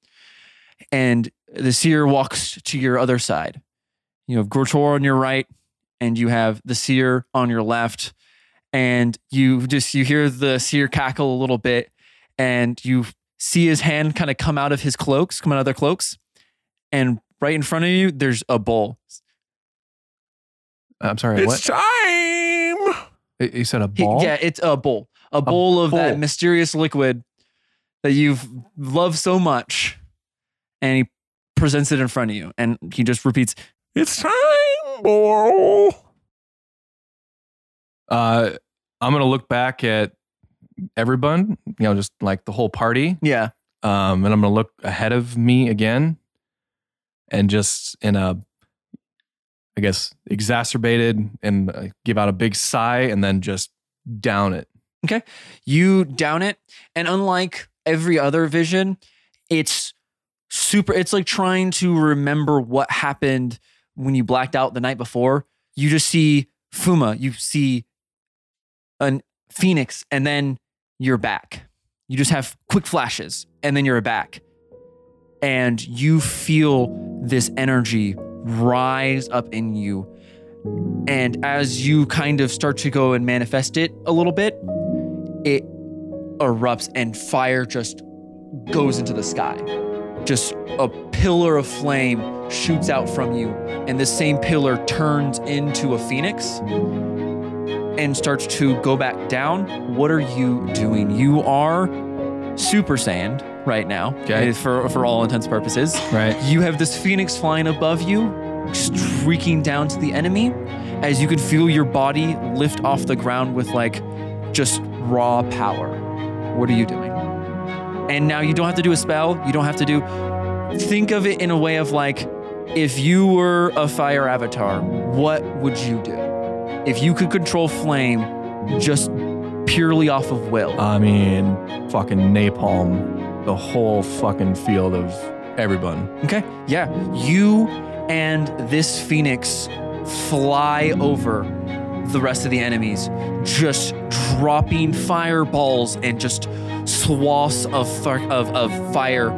and the seer walks to your other side you have Grator on your right and you have the seer on your left and you just you hear the seer cackle a little bit and you see his hand kind of come out of his cloaks come out of their cloaks and right in front of you there's a bowl
Uh, I'm sorry.
it's
what?
time.
You- You said a
He-
ball.
yeah it's a bowl a bowl of that
bowl.
mysterious liquid that you've loved so much and he presents it in front of you and he just repeats
It's time, Boral.
Uh, I'm gonna look back at everyone. You know, just like the whole party.
yeah
um, and I'm gonna look ahead of me again, and just in a, I guess exacerbated, and uh, give out a big sigh, and then just down it.
you down it and unlike every other vision it's super it's like trying to remember what happened when you blacked out the night before you just see fuma you see an phoenix and then you're back you just have quick flashes and then you're back and you feel this energy rise up in you and as you kind of start to go and manifest it a little bit it erupts and fire just goes into the sky. Just a pillar of flame shoots out from you, and this same pillar turns into a phoenix and starts to go back down. What are you doing? You are Super Saiyan right now,
Okay.
eh, for, for all intents and purposes.
Right.
You have this phoenix flying above you, streaking down to the enemy, as you can feel your body lift off the ground with like just raw power. What are you doing? And now you don't have to do a spell. You don't have to do. Think of it in a way of like, if you were a fire avatar, what would you do? If you could control flame just purely off of will.
I mean, fucking napalm the whole fucking field of everyone.
Okay. Yeah. You and this phoenix fly over the rest of the enemies, just dropping fireballs and just swaths of, fi- of, of fire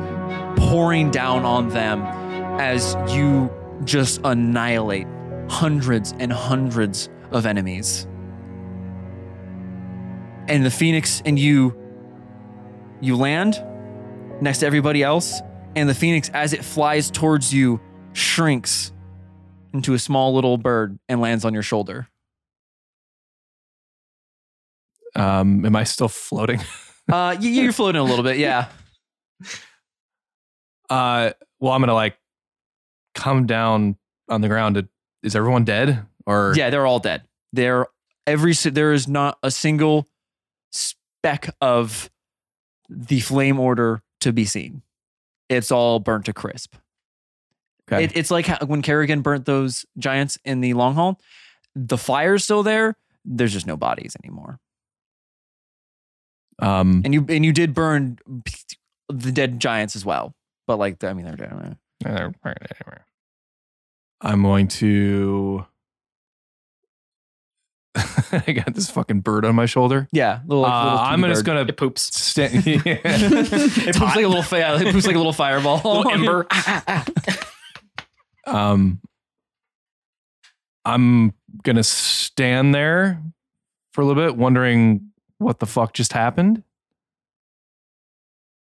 pouring down on them as you just annihilate hundreds and hundreds of enemies. And the phoenix and you, you land next to everybody else, and the phoenix, as it flies towards you, shrinks into a small little bird and lands on your shoulder.
Um, am I still floating?
Uh, y- you're floating a little bit, yeah.
Uh, well, I'm gonna like come down on the ground. To, is everyone dead? Or
Yeah, they're all dead. They're every si- there is not a single speck of the flame order to be seen. It's all burnt to crisp.
Okay.
It, it's like how, when Kerrigan burnt those giants in the long haul. The fire's still there. There's just no bodies anymore.
um,
and you and you did burn the dead giants as well. But like, I mean, they're dead.
I'm going to. I got this fucking bird on my shoulder.
Yeah, little,
Uh,
like, little
I'm
cutie
just
bird.
gonna
It poops.
stand.
it poops like a little. Fa- yeah, it poops like a little fireball.
Little ember.
um, I'm gonna stand there for a little bit, wondering what the fuck just happened.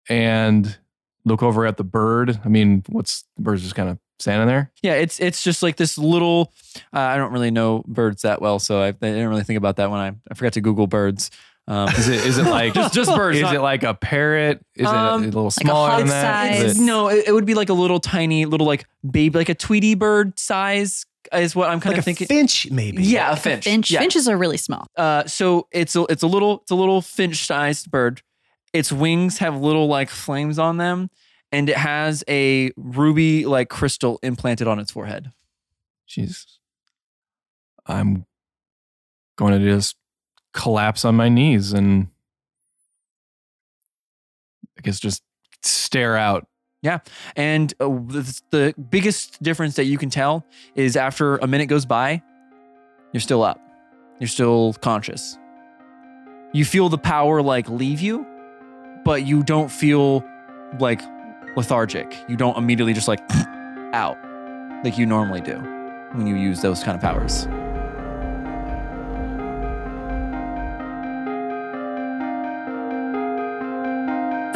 And look over at the bird. I mean, what's the bird's just kind of standing there?
Yeah, it's it's just like this little. Uh, I don't really know birds that well, so I, I didn't really think about that when I I forgot to Google birds. Um,
Is it is it like
just just birds?
is
not-
it like a parrot? Is
Um,
it a little
a
smaller
hog
than that? Is
size.
it-
no, it, it would be like a little tiny little like baby, like a Tweety bird size is what I'm kind
like a
of thinking.
finch, maybe.
Yeah, a
Like a
finch.
Finch.
Yeah.
Finches are really small.
Uh, so it's a it's a little it's a little finch sized bird. Its wings have little like flames on them, and it has a ruby like crystal implanted on its forehead.
Jesus. I'm going to just collapse on my knees and I guess just stare out.
And uh, the, the biggest difference that you can tell is after a minute goes by, you're still up. You're still conscious. You feel the power like leave you, but you don't feel like lethargic. You don't immediately just like out like you normally do when you use those kind of powers.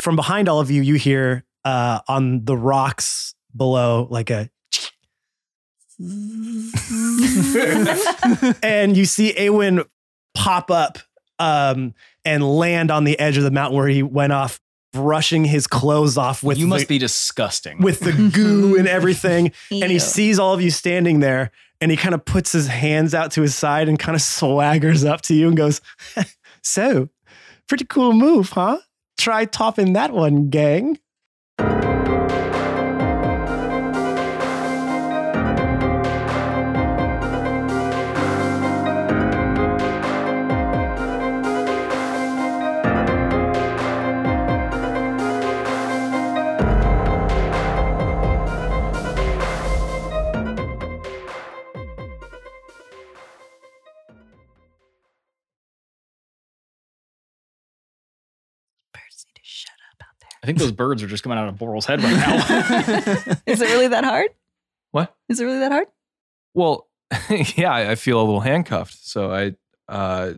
From behind all of you, you hear uh, on the rocks below, like a. and you see Awen pop up um, and land on the edge of the mountain where he went off, brushing his clothes off with
you
the,
must be disgusting.
with the goo and everything. and he
Ew.
sees all of you standing there and he kind of puts his hands out to his side and kind of swaggers up to you and goes so pretty cool move huh try topping that one gang
Birds need to shut up out there.
I think those birds are just coming out of Boral's head right now.
Is it really that hard?
What?
Is it really that hard?
Well, yeah, I I feel a little handcuffed. So I uh,